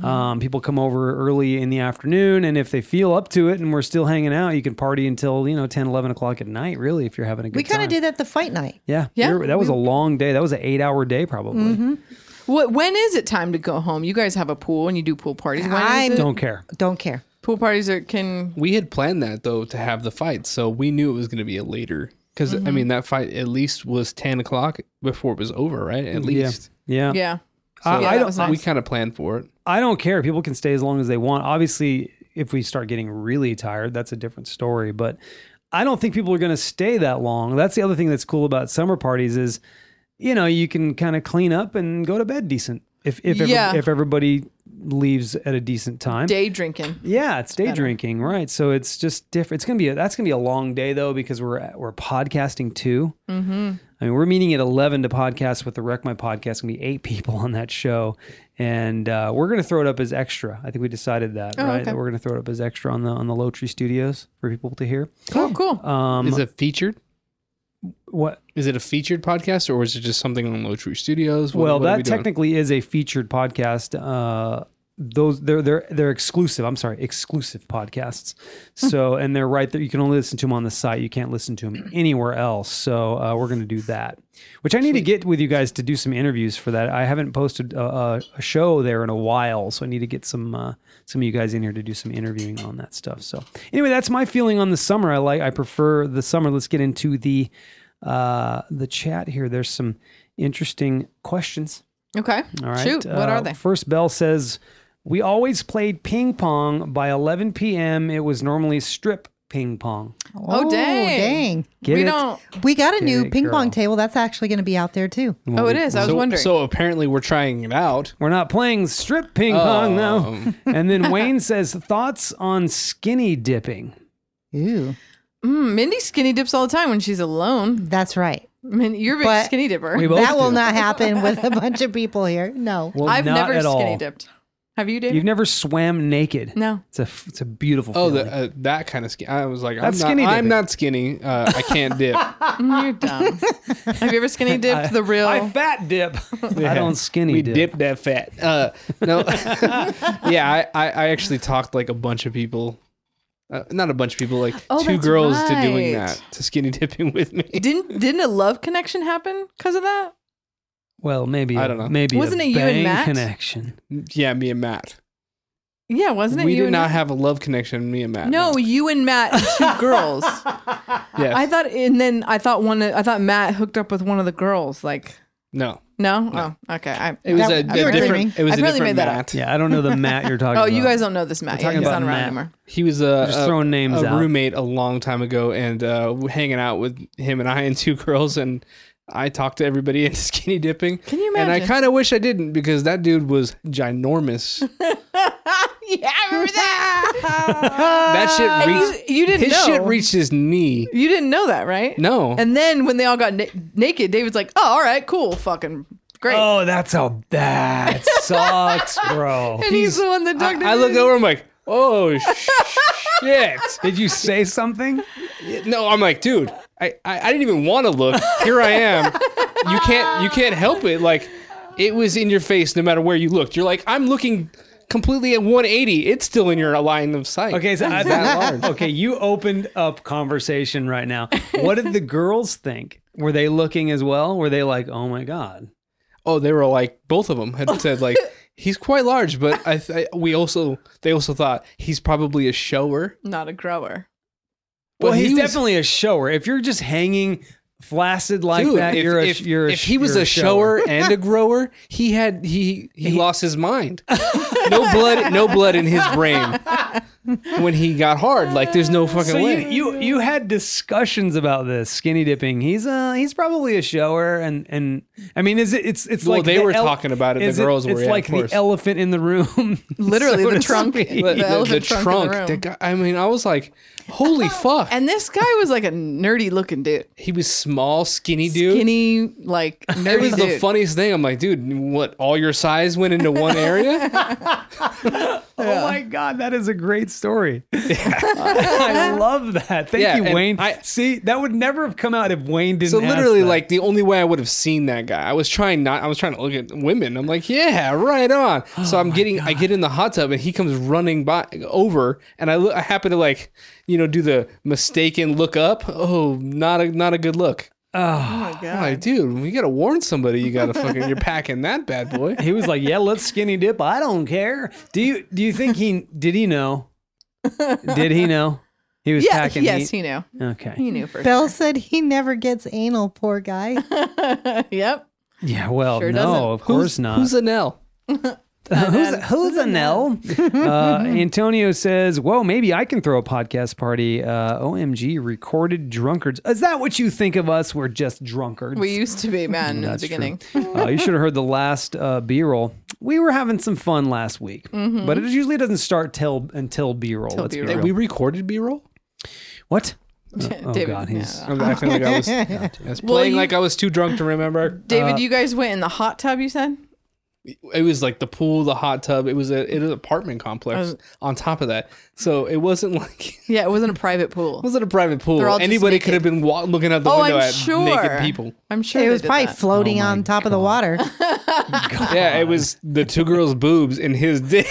Speaker 2: Um, people come over early in the afternoon, and if they feel up to it, and we're still hanging out, you can party until you know 10, 11 o'clock at night. Really, if you're having a good
Speaker 5: We kind of
Speaker 2: time.
Speaker 5: did that the fight night.
Speaker 2: Yeah,
Speaker 3: Yeah,
Speaker 2: you're- that was a long day. That was an eight-hour day, probably.
Speaker 3: What? When is it time to go home? You guys have a pool and you do pool parties. When is
Speaker 5: I'm-
Speaker 3: it?
Speaker 2: Don't care.
Speaker 5: Don't care.
Speaker 3: pool parties are can.
Speaker 4: we had planned that though to have the fight, so we knew it was going to be a later. Because
Speaker 3: Mm-hmm.
Speaker 4: I mean, that fight at least was ten o'clock before it was over, right? At least
Speaker 2: Yeah,
Speaker 3: Yeah.
Speaker 2: I,
Speaker 3: Yeah,
Speaker 2: Uh, I
Speaker 3: that
Speaker 2: don't.
Speaker 3: was
Speaker 4: we
Speaker 3: nice.
Speaker 4: kind of planned for it.
Speaker 2: I don't care. People can stay as long as they want. Obviously, if we start getting really tired, that's a different story. But I don't think people are going to stay that long. That's the other thing that's cool about summer parties is, you know, you can kind of clean up and go to bed decent. If if every-
Speaker 3: Yeah.
Speaker 2: if everybody leaves at a decent time.
Speaker 3: Day drinking.
Speaker 2: yeah, it's day
Speaker 3: better.
Speaker 2: drinking, right? So it's just different. It's gonna be a, that's gonna be a long day though because we're we're podcasting too.
Speaker 3: Mm-hmm.
Speaker 2: I mean, we're meeting at 11 to podcast with the Wreck My Podcast. Going to be eight people on that show. And uh, we're going to throw it up as extra. I think we decided that,
Speaker 3: Oh,
Speaker 2: right?
Speaker 3: okay.
Speaker 2: That we're going to throw it up as extra on the on the Low Tree Studios for people to hear.
Speaker 3: Oh, cool.
Speaker 2: Um,
Speaker 4: is it featured?
Speaker 2: what?
Speaker 4: Is it a featured podcast or is it just something on Low Tree Studios? What-
Speaker 2: Well,
Speaker 4: what are
Speaker 2: that
Speaker 4: we doing?
Speaker 2: technically is a featured podcast. Uh, those they're they're they're exclusive. I'm sorry, exclusive podcasts. So and they're right there. You can only listen to them on the site. You can't listen to them anywhere else. So uh, we're going to do that. Which I need to get with you guys to do some interviews for that. I haven't posted a, a, a show there in a while, so I need to get some uh, some of you guys in here to do some interviewing on that stuff. So anyway, that's my feeling on the summer. I like I prefer the summer. Let's get into the uh, the chat here. There's some interesting questions.
Speaker 3: Okay.
Speaker 2: All right.
Speaker 3: Shoot. What
Speaker 2: Uh,
Speaker 3: are they?
Speaker 2: First Bell says, We always played ping pong by 11 p.m. It was normally strip ping pong.
Speaker 3: Oh, dang.
Speaker 5: dang.
Speaker 2: Get
Speaker 3: we
Speaker 2: it?
Speaker 3: don't.
Speaker 5: We got a new
Speaker 2: Get it,
Speaker 5: ping
Speaker 2: girl.
Speaker 5: pong table. That's actually going to be out there too.
Speaker 3: Oh, it is. I was
Speaker 4: so,
Speaker 3: wondering.
Speaker 4: So apparently we're trying it out.
Speaker 2: We're not playing strip ping pong now.
Speaker 3: Oh.
Speaker 4: Um.
Speaker 2: and then Wayne says, Thoughts on skinny dipping?
Speaker 5: Ooh,
Speaker 3: Mm, Mindy skinny dips all the time when she's alone.
Speaker 5: that's right.
Speaker 3: Min, you're a big
Speaker 5: But-
Speaker 3: skinny dipper.
Speaker 2: We both
Speaker 5: That will
Speaker 2: do.
Speaker 5: not happen with a bunch of people here. No.
Speaker 2: Well,
Speaker 3: I've
Speaker 2: not
Speaker 3: never
Speaker 2: at
Speaker 3: skinny
Speaker 2: all.
Speaker 3: dipped. Have you, Dave?
Speaker 2: You've never swam naked.
Speaker 3: no.
Speaker 2: It's a, f- it's a beautiful
Speaker 4: Oh,
Speaker 2: feeling.
Speaker 4: the, uh, that kind of skinny. I was like, I'm
Speaker 2: That's
Speaker 4: not,
Speaker 2: skinny
Speaker 4: I'm
Speaker 2: dipping.
Speaker 4: not skinny. Uh, I can't dip.
Speaker 3: Mm, You're dumb. Have you ever skinny dipped the real?
Speaker 2: I fat dip. I don't skinny
Speaker 4: we
Speaker 2: dip.
Speaker 4: dipped that fat. Uh, no, yeah, I, I, I actually talked like a bunch of people, uh, not a bunch of people, like
Speaker 3: Oh,
Speaker 4: two
Speaker 3: that's
Speaker 4: girls to doing
Speaker 3: right.
Speaker 4: that to skinny dipping with me.
Speaker 3: didn't didn't a love connection happen because of that?
Speaker 2: Well, maybe
Speaker 4: I
Speaker 2: a-
Speaker 4: don't know.
Speaker 2: Maybe
Speaker 3: Wasn't
Speaker 2: a
Speaker 3: it you and
Speaker 2: bang
Speaker 3: Matt?
Speaker 2: connection.
Speaker 4: Yeah, me and Matt.
Speaker 3: Yeah, wasn't it?
Speaker 4: we
Speaker 3: you
Speaker 4: did
Speaker 3: and
Speaker 4: not
Speaker 3: Matt?
Speaker 4: have a love connection. Me and Matt.
Speaker 3: No, you and Matt and two girls.
Speaker 4: Yes.
Speaker 3: I thought, and then I thought one. I thought Matt hooked up with one of the girls. Like,
Speaker 4: no.
Speaker 3: no, oh, okay. I,
Speaker 4: It was
Speaker 5: That-
Speaker 4: a,
Speaker 5: you
Speaker 4: a
Speaker 5: were dreaming.
Speaker 4: different. It was
Speaker 3: I
Speaker 4: a
Speaker 3: probably
Speaker 4: different
Speaker 3: made that up.
Speaker 4: Matt.
Speaker 2: Yeah, I don't know the Matt you're talking
Speaker 3: oh,
Speaker 2: about.
Speaker 3: you guys don't know this Matt. Yeah,
Speaker 2: talking
Speaker 3: he's
Speaker 2: about
Speaker 3: not around
Speaker 2: Matt.
Speaker 3: anymore.
Speaker 4: He was a,
Speaker 2: Just
Speaker 4: a-
Speaker 2: throwing names
Speaker 4: a
Speaker 2: out.
Speaker 4: roommate a long time ago, and uh, hanging out with him and I and two girls, and I talked to everybody into skinny dipping.
Speaker 3: Can you
Speaker 4: And I
Speaker 3: imagine?
Speaker 4: kind of wish I didn't because that dude was ginormous.
Speaker 3: yeah, I remember that.
Speaker 4: that shit
Speaker 3: And
Speaker 4: reached.
Speaker 3: Uh, you, you didn't
Speaker 4: His
Speaker 3: know.
Speaker 4: shit reached his knee.
Speaker 3: you didn't know that, right?
Speaker 4: No,
Speaker 3: And then when they all got na- naked, David's like, "Oh, all right, cool, fucking great."
Speaker 2: Oh, that's how that sucks, bro.
Speaker 3: and he's, the one that dug
Speaker 4: I, I look over. I'm like, oh shit!
Speaker 2: Did you say something?
Speaker 4: No, I'm like, dude, I, I, I didn't even want to look. Here I am. You can't you can't help it. Like, it was in your face no matter where you looked. You're like, I'm looking completely at 180. It's still in your line of sight.
Speaker 2: Okay, so I,
Speaker 4: that large.
Speaker 2: okay, you opened up conversation right now. What did the girls think? Were they looking as well? Were they like, "Oh my god"?
Speaker 4: Oh, they were like, both of them had said like. He's quite large, but I, th- I we also they also thought he's probably a shower.
Speaker 3: Not a grower.
Speaker 4: But
Speaker 2: well, he's
Speaker 4: he was-
Speaker 2: definitely a shower. If you're just hanging flaccid like that,
Speaker 4: if,
Speaker 2: you're a,
Speaker 4: if-
Speaker 2: you're a-
Speaker 4: if he was
Speaker 2: you're
Speaker 4: a shower and a grower, he had he he, lost his mind. no blood, no blood in his brain when he got hard. Like there's no fucking
Speaker 2: So you,
Speaker 4: way.
Speaker 2: you you had discussions about this skinny dipping. He's uh he's probably a shower and and I mean is it it's it's
Speaker 4: Well,
Speaker 2: like
Speaker 4: they
Speaker 2: the
Speaker 4: were talking about it, the
Speaker 2: is
Speaker 4: girls were,
Speaker 2: it's
Speaker 4: yeah, of
Speaker 2: like the
Speaker 4: course.
Speaker 2: elephant in the room.
Speaker 3: Literally,
Speaker 2: so
Speaker 3: the
Speaker 2: to
Speaker 3: trunk-
Speaker 2: speak.
Speaker 4: But
Speaker 3: the elephant trunk in the room.
Speaker 4: that guy- I mean, I was like, holy fuck.
Speaker 3: And this guy was like a nerdy looking dude.
Speaker 4: he was small, skinny dude.
Speaker 3: Skinny, like nerdy
Speaker 4: it was
Speaker 3: dude.
Speaker 4: the funniest thing. I'm like, dude, what? All your size went into one area?
Speaker 2: Oh my God, that is a great story. I love that. Thank
Speaker 4: Yeah,
Speaker 2: you,
Speaker 4: and
Speaker 2: Wayne.
Speaker 4: I-
Speaker 2: See, that would never have come out if Wayne didn't.
Speaker 4: so
Speaker 2: ask
Speaker 4: literally,
Speaker 2: that.
Speaker 4: like the only way I would have seen that guy, I was trying not. I was trying to look at women. I'm like, yeah, right on.
Speaker 2: Oh
Speaker 4: So I'm getting, I get in the hot tub, and he comes running by over, and I, look, I happen to like, you know, do the mistaken look up. Oh, not a not a good look.
Speaker 2: Ah,
Speaker 3: Oh my
Speaker 4: I'm
Speaker 3: God.
Speaker 4: like, dude, you gotta warn somebody. You gotta fucking, you're packing that bad boy.
Speaker 2: he was like, "Yeah, let's skinny dip. I don't care." Do you do you think he did he know? Did he know? He was
Speaker 3: yeah,
Speaker 2: packing.
Speaker 3: yes,
Speaker 2: heat?
Speaker 3: he knew.
Speaker 2: okay.
Speaker 3: He knew for
Speaker 5: Bell said he never gets anal. Poor guy.
Speaker 3: sure. yep.
Speaker 2: Yeah. Well,
Speaker 3: Sure
Speaker 2: no,
Speaker 3: doesn't.
Speaker 2: of course
Speaker 4: who's,
Speaker 2: not.
Speaker 4: Who's an L?
Speaker 2: who's who's an L? Uh, Antonio says, "Whoa, maybe I can throw a podcast party." Uh, Omg, recorded drunkards. Is that what you think of us? We're just drunkards.
Speaker 3: We used to be, man, in the
Speaker 2: That's true.
Speaker 3: beginning.
Speaker 2: uh, you should have heard the last uh, B roll. we were having some fun last week,
Speaker 3: Mhm.
Speaker 2: but it usually doesn't start till until B roll.
Speaker 3: Till
Speaker 2: Let's be
Speaker 3: B-roll.
Speaker 2: real.
Speaker 4: We recorded B roll.
Speaker 2: What? oh,
Speaker 3: David,
Speaker 2: God, he's-
Speaker 3: yeah.
Speaker 4: I'm acting like I was, I was
Speaker 3: Well,
Speaker 4: playing
Speaker 3: you-
Speaker 4: like I was too drunk to remember.
Speaker 3: David,
Speaker 4: Uh,
Speaker 3: you guys went in the hot tub. You said
Speaker 4: it was like the pool, the hot tub. It was a, it was an apartment complex
Speaker 3: Uh,
Speaker 4: on top of that, so it wasn't like it
Speaker 3: yeah, it wasn't a private pool.
Speaker 4: wasn't a private pool.
Speaker 3: They're all just
Speaker 4: Anybody could have
Speaker 3: naked.
Speaker 4: been wa- looking out the
Speaker 3: Oh,
Speaker 4: window
Speaker 3: I'm
Speaker 4: at
Speaker 3: sure.
Speaker 4: naked people.
Speaker 3: I'm sure
Speaker 5: it
Speaker 3: they
Speaker 5: was
Speaker 3: did
Speaker 5: probably
Speaker 3: that.
Speaker 5: floating
Speaker 2: Oh my Uh,
Speaker 5: on top of the water.
Speaker 4: Yeah, it was the two girls' boobs and his dick.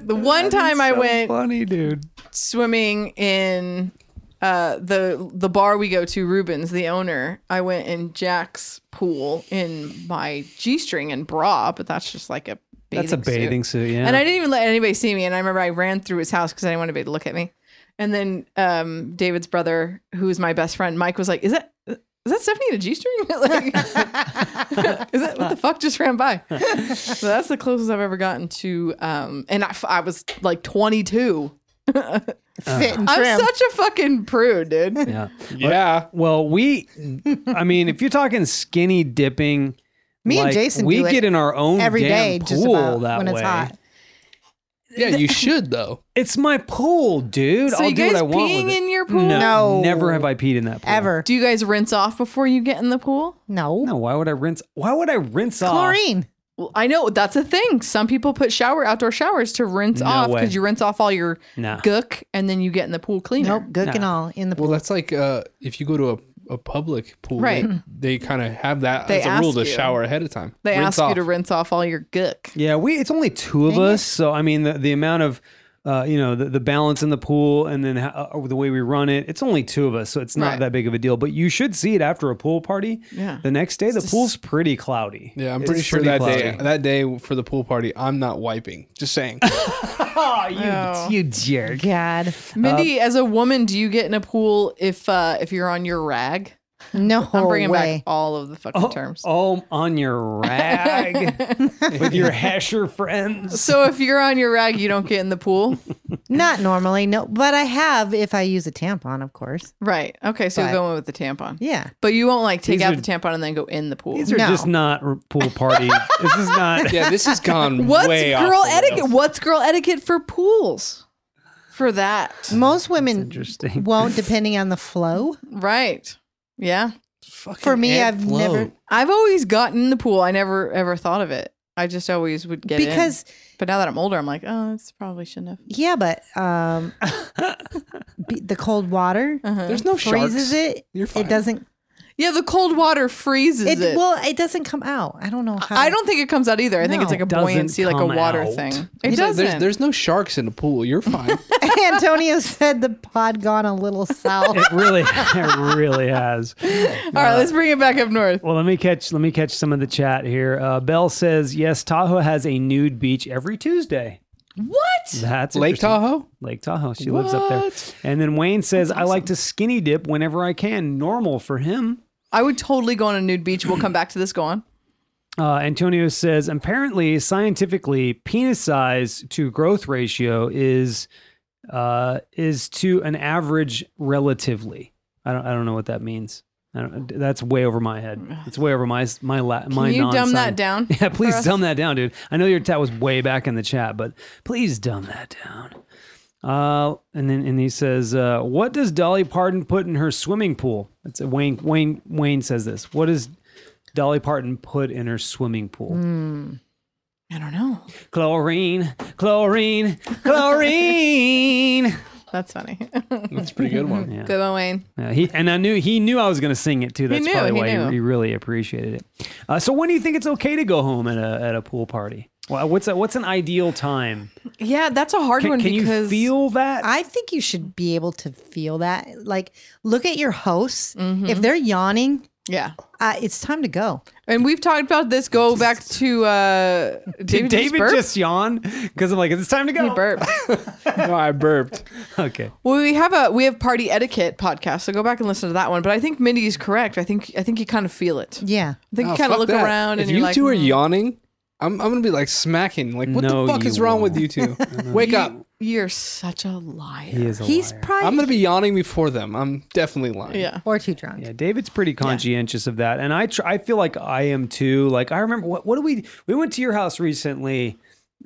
Speaker 3: the one time I went
Speaker 2: Funny dude.
Speaker 3: swimming in uh, the the bar we go to, Rubens, the owner. I went in Jack's pool in my g string and bra, but that's just like a bathing
Speaker 2: That's a bathing
Speaker 3: suit.
Speaker 2: suit. yeah.
Speaker 3: And I didn't even let anybody see me. And I remember I ran through his house because I didn't want anybody to look at me. And then um, David's brother, who is my best friend, Mike, was like, "Is that is that Stephanie in a g string? like, is that what the fuck just ran by?" so that's the closest I've ever gotten to. Um, and I, f- I was like 22.
Speaker 5: Fit and trim.
Speaker 3: I'm such a fucking prude, dude.
Speaker 2: yeah.
Speaker 4: yeah,
Speaker 2: Well, we, I mean, if you're talking skinny dipping,
Speaker 5: Me and
Speaker 2: like,
Speaker 5: Jason
Speaker 2: we
Speaker 5: do it
Speaker 2: get in our own
Speaker 5: every
Speaker 2: damn
Speaker 5: day,
Speaker 2: pool
Speaker 5: just about
Speaker 2: that
Speaker 5: when
Speaker 2: way.
Speaker 5: it's hot.
Speaker 4: yeah, you should though.
Speaker 2: It's my pool, dude.
Speaker 3: So
Speaker 2: I'll
Speaker 3: you
Speaker 2: do
Speaker 3: guys
Speaker 2: what I want.
Speaker 3: peeing
Speaker 2: with it.
Speaker 3: in your pool?
Speaker 2: No,
Speaker 5: No.
Speaker 2: never have I peed in that pool.
Speaker 5: Ever.
Speaker 3: Do you guys rinse off before you get in the pool?
Speaker 5: No.
Speaker 2: No, why would I rinse? Why would I rinse off?
Speaker 5: Chlorine.
Speaker 3: Well, I know that's a thing. Some people put shower outdoor showers to rinse
Speaker 2: No
Speaker 3: off
Speaker 2: way.
Speaker 3: because you rinse off all your
Speaker 2: Nah.
Speaker 3: gook and then you get in the pool cleaner.
Speaker 5: Nope. Good and all in the pool.
Speaker 4: Well, that's like uh, if you go to a, a public pool,
Speaker 3: Right.
Speaker 4: They, kind of have that
Speaker 3: They
Speaker 4: as a rule
Speaker 3: ask
Speaker 4: to
Speaker 3: you.
Speaker 4: shower ahead of time.
Speaker 3: They
Speaker 4: Rinse
Speaker 3: ask you
Speaker 4: off.
Speaker 3: to rinse off all your gook.
Speaker 2: Yeah, we. It's only two of us, so I mean, the, the amount of, uh, you know, the, the balance in the pool, and then how, uh, the way we run it. It's only two of us, so it's not
Speaker 3: Right.
Speaker 2: that big of a deal. But you should see it after a pool party.
Speaker 3: Yeah.
Speaker 2: The next day, the pool's pretty cloudy.
Speaker 4: Yeah, I'm
Speaker 2: It's
Speaker 4: pretty sure that day
Speaker 2: cloudy.
Speaker 4: that day for the pool party, I'm not wiping. Just saying.
Speaker 5: Oh,
Speaker 2: You jerk.
Speaker 5: God.
Speaker 2: Um,
Speaker 3: Mindy, as a woman, do you get in a pool if uh, if you're on your rag?
Speaker 5: No
Speaker 3: I'm bringing
Speaker 5: Oh, way.
Speaker 3: back all of the fucking terms.
Speaker 2: Oh, on your rag with your hasher friends.
Speaker 3: So if you're on your rag, you don't get in the pool,
Speaker 5: Not normally. No. But I have if I use a tampon, of course.
Speaker 3: right? Okay, so
Speaker 5: Right.
Speaker 3: you're going with the tampon,
Speaker 5: Yeah.
Speaker 3: but you won't like take
Speaker 2: These
Speaker 3: out
Speaker 2: are-
Speaker 3: the tampon and then go in the pool.
Speaker 2: These are
Speaker 5: No.
Speaker 2: just not r- pool party. this is not.
Speaker 4: yeah, this has gone
Speaker 3: What's
Speaker 4: way off
Speaker 3: girl
Speaker 4: the rails.
Speaker 3: etiquette? What's girl etiquette for pools? For that,
Speaker 5: Most women
Speaker 2: interesting.
Speaker 5: won't, depending on the flow.
Speaker 3: right? Yeah,
Speaker 4: Fucking
Speaker 5: For me,
Speaker 4: ant
Speaker 5: I've never-
Speaker 3: I've always gotten in the pool. I never ever thought of it. I just always would get in.
Speaker 5: Because,
Speaker 3: But now that I'm older, I'm like, oh, it's probably shouldn't have.
Speaker 5: yeah, but um, be- the cold water
Speaker 3: Uh-huh.
Speaker 4: There's no
Speaker 5: freezes
Speaker 4: sharks.
Speaker 5: it.
Speaker 4: You're fine.
Speaker 5: It doesn't.
Speaker 3: Yeah, the cold water freezes
Speaker 5: It,
Speaker 3: it.
Speaker 5: well, it doesn't come out. I don't know how.
Speaker 3: I don't think it comes out either. I think it's
Speaker 5: No.
Speaker 3: like a
Speaker 2: Doesn't
Speaker 3: buoyancy, like a
Speaker 2: come
Speaker 3: water
Speaker 2: out.
Speaker 3: thing. It
Speaker 4: He's like,
Speaker 3: doesn't.
Speaker 4: there's, there's no sharks in the pool. You're fine.
Speaker 5: Antonio said the pod gone a little south.
Speaker 2: It really, it really has.
Speaker 3: All right, let's bring it back up north.
Speaker 2: Well, let me catch let me catch some of the chat here. Uh, Bell says yes, Tahoe has a nude beach every Tuesday.
Speaker 3: What?
Speaker 2: That's
Speaker 4: Lake
Speaker 2: interesting.
Speaker 3: Oh,
Speaker 4: Tahoe.
Speaker 2: Lake Tahoe. She lives up there.
Speaker 4: What?
Speaker 2: And then Wayne says I like to skinny dip whenever I can. Normal for him.
Speaker 3: I would totally go on a nude beach. We'll come back to this. Go on.
Speaker 2: Uh, Antonio says apparently scientifically penis size to growth ratio is uh, is to an average relatively. I don't I don't know what that means. I don't, that's way over my head. It's way over my my la, my.
Speaker 3: Can you
Speaker 2: non-science-
Speaker 3: dumb that down?
Speaker 2: Yeah, please
Speaker 3: us?
Speaker 2: dumb that down, dude. I know your chat was way back in the chat, but please dumb that down. Uh, and then and he says, uh, "What does Dolly Parton put in her swimming pool?" That's Wayne. Wayne Wayne says this. What does Dolly Parton put in her swimming pool?
Speaker 3: I don't know.
Speaker 2: Chlorine, chlorine, chlorine.
Speaker 3: That's funny.
Speaker 4: That's a pretty good one.
Speaker 2: Yeah.
Speaker 3: Good one, Wayne.
Speaker 2: Yeah, Uh, he and I knew he knew I was going to sing it too. That's
Speaker 3: knew,
Speaker 2: probably
Speaker 3: he
Speaker 2: why he,
Speaker 3: knew.
Speaker 2: he really appreciated it. Uh, so when do you think it's okay to go home at a at a pool party? Well, what's a, what's an ideal time?
Speaker 3: Yeah, that's a hard
Speaker 2: Can,
Speaker 3: one
Speaker 2: can you
Speaker 3: because
Speaker 2: feel that?
Speaker 5: I think you should be able to feel that. Like, look at your hosts. If they're yawning,
Speaker 3: yeah.
Speaker 5: uh, it's time to go.
Speaker 3: And we've talked about this. Go back to uh,
Speaker 2: Did
Speaker 3: David,
Speaker 2: David
Speaker 3: burp?
Speaker 2: just, yawn? Because I'm like, it's time to
Speaker 3: He
Speaker 2: go.
Speaker 3: burped.
Speaker 4: No, I burped.
Speaker 2: Okay.
Speaker 3: Well, we have a we have party etiquette podcast, so go back and listen to that one. But I think Mindy is correct. I think I think you kind of feel it.
Speaker 5: Yeah.
Speaker 3: I think
Speaker 4: Oh,
Speaker 3: you kind of
Speaker 4: fuck
Speaker 3: look
Speaker 4: that.
Speaker 3: around
Speaker 4: If
Speaker 3: and
Speaker 4: you
Speaker 3: you're like,
Speaker 4: two are
Speaker 3: "Mm."
Speaker 4: yawning, I'm I'm gonna be like smacking. Like, what
Speaker 2: No,
Speaker 4: the fuck
Speaker 2: you
Speaker 4: is wrong with
Speaker 2: won't.
Speaker 4: you two? Wake up.
Speaker 3: You're such a liar.
Speaker 2: He is a
Speaker 5: He's
Speaker 2: liar.
Speaker 5: probably
Speaker 4: I'm gonna be yawning before them. I'm definitely lying.
Speaker 3: Yeah.
Speaker 5: or too drunk.
Speaker 2: Yeah, David's pretty conscientious of that, and I tr- I feel like I am too. Like I remember what what do we we went to your house recently,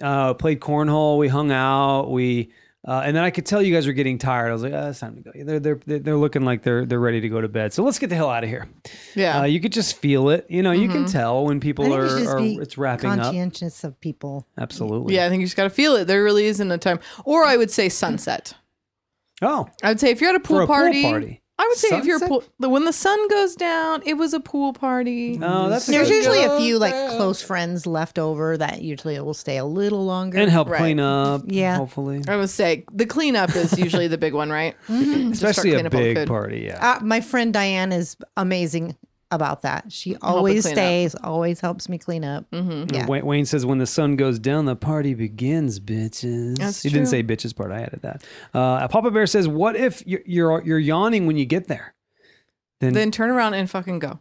Speaker 2: uh, played cornhole, we hung out, we uh, and then I could tell you guys were getting tired. I was like, oh, it's time to go. They're they're they're they're looking like they're they're ready to go to bed. So let's get the hell out of here.
Speaker 3: Yeah.
Speaker 2: Uh, you could just feel it. You know, you can tell when people
Speaker 5: I think you should
Speaker 2: are,
Speaker 5: just
Speaker 2: are
Speaker 5: be
Speaker 2: it's wrapping up.
Speaker 5: conscientious of people.
Speaker 2: Absolutely.
Speaker 3: yeah, I think you just got to feel it. There really isn't a time. Or I would say sunset.
Speaker 2: Oh,
Speaker 3: I would say if you're at a pool,
Speaker 2: for a
Speaker 3: party,
Speaker 2: pool party.
Speaker 3: I would say if you're a
Speaker 4: Sunset?
Speaker 3: pool, the- when the sun goes down, it was a pool party.
Speaker 2: Oh, that's
Speaker 5: There's
Speaker 2: good.
Speaker 5: usually a few like
Speaker 4: Go
Speaker 5: close friends left over that usually will stay a little longer.
Speaker 2: and help
Speaker 3: Right.
Speaker 2: clean up.
Speaker 5: Yeah.
Speaker 2: hopefully,
Speaker 3: I would say the cleanup is usually the big one, right? Just start
Speaker 2: especially
Speaker 3: cleaning
Speaker 2: a
Speaker 3: up all the
Speaker 2: big
Speaker 3: food.
Speaker 2: party. Yeah.
Speaker 5: Uh, my friend Diane is amazing about that. She always
Speaker 3: clean up. Mm-hmm.
Speaker 5: stays, always helps me clean up. Yeah.
Speaker 2: Wayne, Wayne says, "When the sun goes down, the party begins, bitches."
Speaker 3: That's
Speaker 2: he didn't
Speaker 3: true.
Speaker 2: say bitches part. I added that. Uh, Papa Bear says, "What if you're, you're you're yawning when you get there? Then,
Speaker 3: Then turn around and fucking go.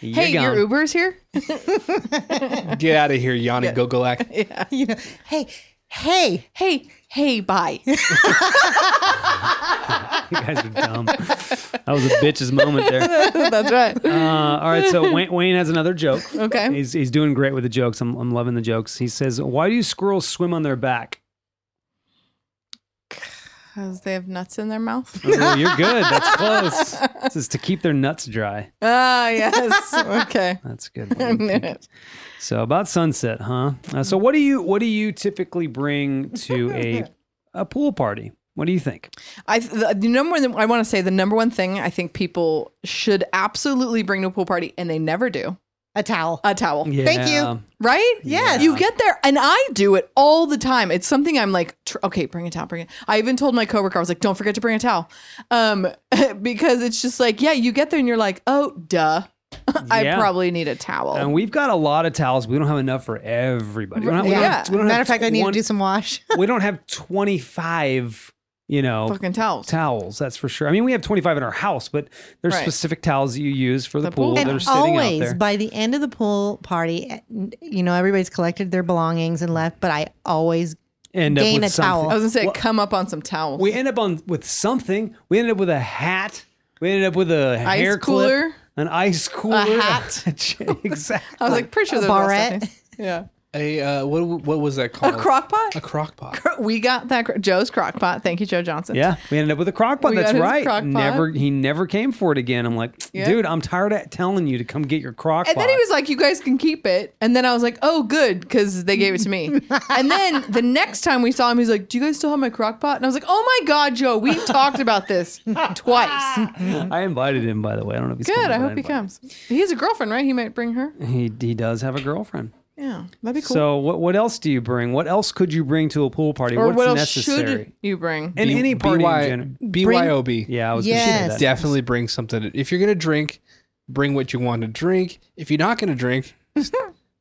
Speaker 2: you're
Speaker 3: hey,
Speaker 2: gone.
Speaker 3: your Uber's here.
Speaker 4: Get out of here, yawning Gogolak.
Speaker 5: You know, hey, hey,
Speaker 3: Hey, hey, bye.
Speaker 2: you guys are dumb. that was a bitches moment there.
Speaker 3: That's right.
Speaker 2: Uh, all right, so Wayne, Wayne has another joke.
Speaker 3: Okay.
Speaker 2: he's he's doing great with the jokes. I'm I'm loving the jokes. He says, "Why do squirrels swim on their back?"
Speaker 3: Because they have nuts in their mouth.
Speaker 2: Oh, you're good. That's close. This is to keep their nuts dry.
Speaker 3: Ah, yes. Okay.
Speaker 2: That's good.
Speaker 3: I
Speaker 2: Wayne.
Speaker 3: knew
Speaker 2: Thank
Speaker 3: it.
Speaker 2: So about sunset, huh? Uh, so what do you what do you typically bring to a a pool party? What do you think?
Speaker 3: I the, the number one, I want to say the number one thing I think people should absolutely bring to a pool party, and they never do
Speaker 5: a towel.
Speaker 3: a towel.
Speaker 5: Thank
Speaker 2: Uh,
Speaker 5: you.
Speaker 3: Right?
Speaker 5: Yes.
Speaker 3: You get there, and I do it all the time. It's something I'm like, tr- okay, bring a towel, bring it. I even told my coworker, I was like, don't forget to bring a towel, um, because it's just like, yeah, you get there and you're like, oh, duh, I
Speaker 2: Yeah.
Speaker 3: probably need a towel.
Speaker 2: And we've got a lot of towels. We don't have enough for everybody. We don't have, we don't
Speaker 3: Yeah.
Speaker 2: have- we don't
Speaker 5: Matter
Speaker 2: have
Speaker 5: of fact, I need to
Speaker 2: 20
Speaker 5: do some wash.
Speaker 2: we don't have twenty five. You know.
Speaker 3: Fucking towels.
Speaker 2: Towels, that's for sure. I mean, we have 25 in our house, but there's
Speaker 3: Right.
Speaker 2: specific towels you use for the,
Speaker 3: The pool.
Speaker 2: pool.
Speaker 3: And
Speaker 2: that are
Speaker 5: and
Speaker 2: sitting out
Speaker 5: always
Speaker 2: there.
Speaker 5: by the end of the pool party, eh, you know, everybody's collected their belongings and left, but I always
Speaker 2: End
Speaker 5: gain a
Speaker 2: something.
Speaker 5: towel.
Speaker 3: I was gonna say, come up on some towels.
Speaker 2: We end up on with something. We ended up with a hat. We ended up with a
Speaker 3: Ice
Speaker 2: hair clip,
Speaker 3: cooler?
Speaker 2: an ice cooler,
Speaker 3: hat. Oh.
Speaker 2: exactly.
Speaker 3: I was like, pretty sure
Speaker 5: a
Speaker 3: those last
Speaker 5: barrette.
Speaker 3: things. Yeah.
Speaker 4: A uh, what what was that
Speaker 3: A
Speaker 4: called?
Speaker 3: crock
Speaker 4: A
Speaker 3: pot?
Speaker 4: crock pot.
Speaker 3: We got that. cro- Joe's crock pot. Thank you, Joe Johnson.
Speaker 2: Yeah, we ended up with a crock pot.
Speaker 3: We
Speaker 2: That's
Speaker 3: got his
Speaker 2: right.
Speaker 3: crock pot.
Speaker 2: Never, he never came for it again. I'm like,
Speaker 3: Yeah.
Speaker 2: dude, I'm tired of telling you to come get your crock
Speaker 3: And
Speaker 2: pot.
Speaker 3: then he was like, "You guys can keep it." And then I was like, "Oh, good," because they gave it to me. and then the next time we saw him, he's like, "Do you guys still have my crock pot?" And I was like, "Oh my god, Joe, we talked about this twice."
Speaker 2: I invited him, by the way. I don't know if he's
Speaker 3: Good.
Speaker 2: coming,
Speaker 3: I
Speaker 2: but
Speaker 3: hope he
Speaker 2: invited him.
Speaker 3: comes. He has a girlfriend, right? He might bring her.
Speaker 2: He he does have a girlfriend.
Speaker 3: Yeah, that'd be cool.
Speaker 2: So what what else do you bring? What else could you bring to a pool party?
Speaker 3: or
Speaker 2: What's
Speaker 3: what else
Speaker 2: necessary?
Speaker 3: should you bring?
Speaker 2: And any party
Speaker 4: BY
Speaker 2: in general.
Speaker 4: BYOB.
Speaker 2: Yeah, I was
Speaker 5: Yes.
Speaker 2: gonna say that.
Speaker 4: Definitely bring something. If you're gonna drink, bring what you want to drink. If you're not gonna drink,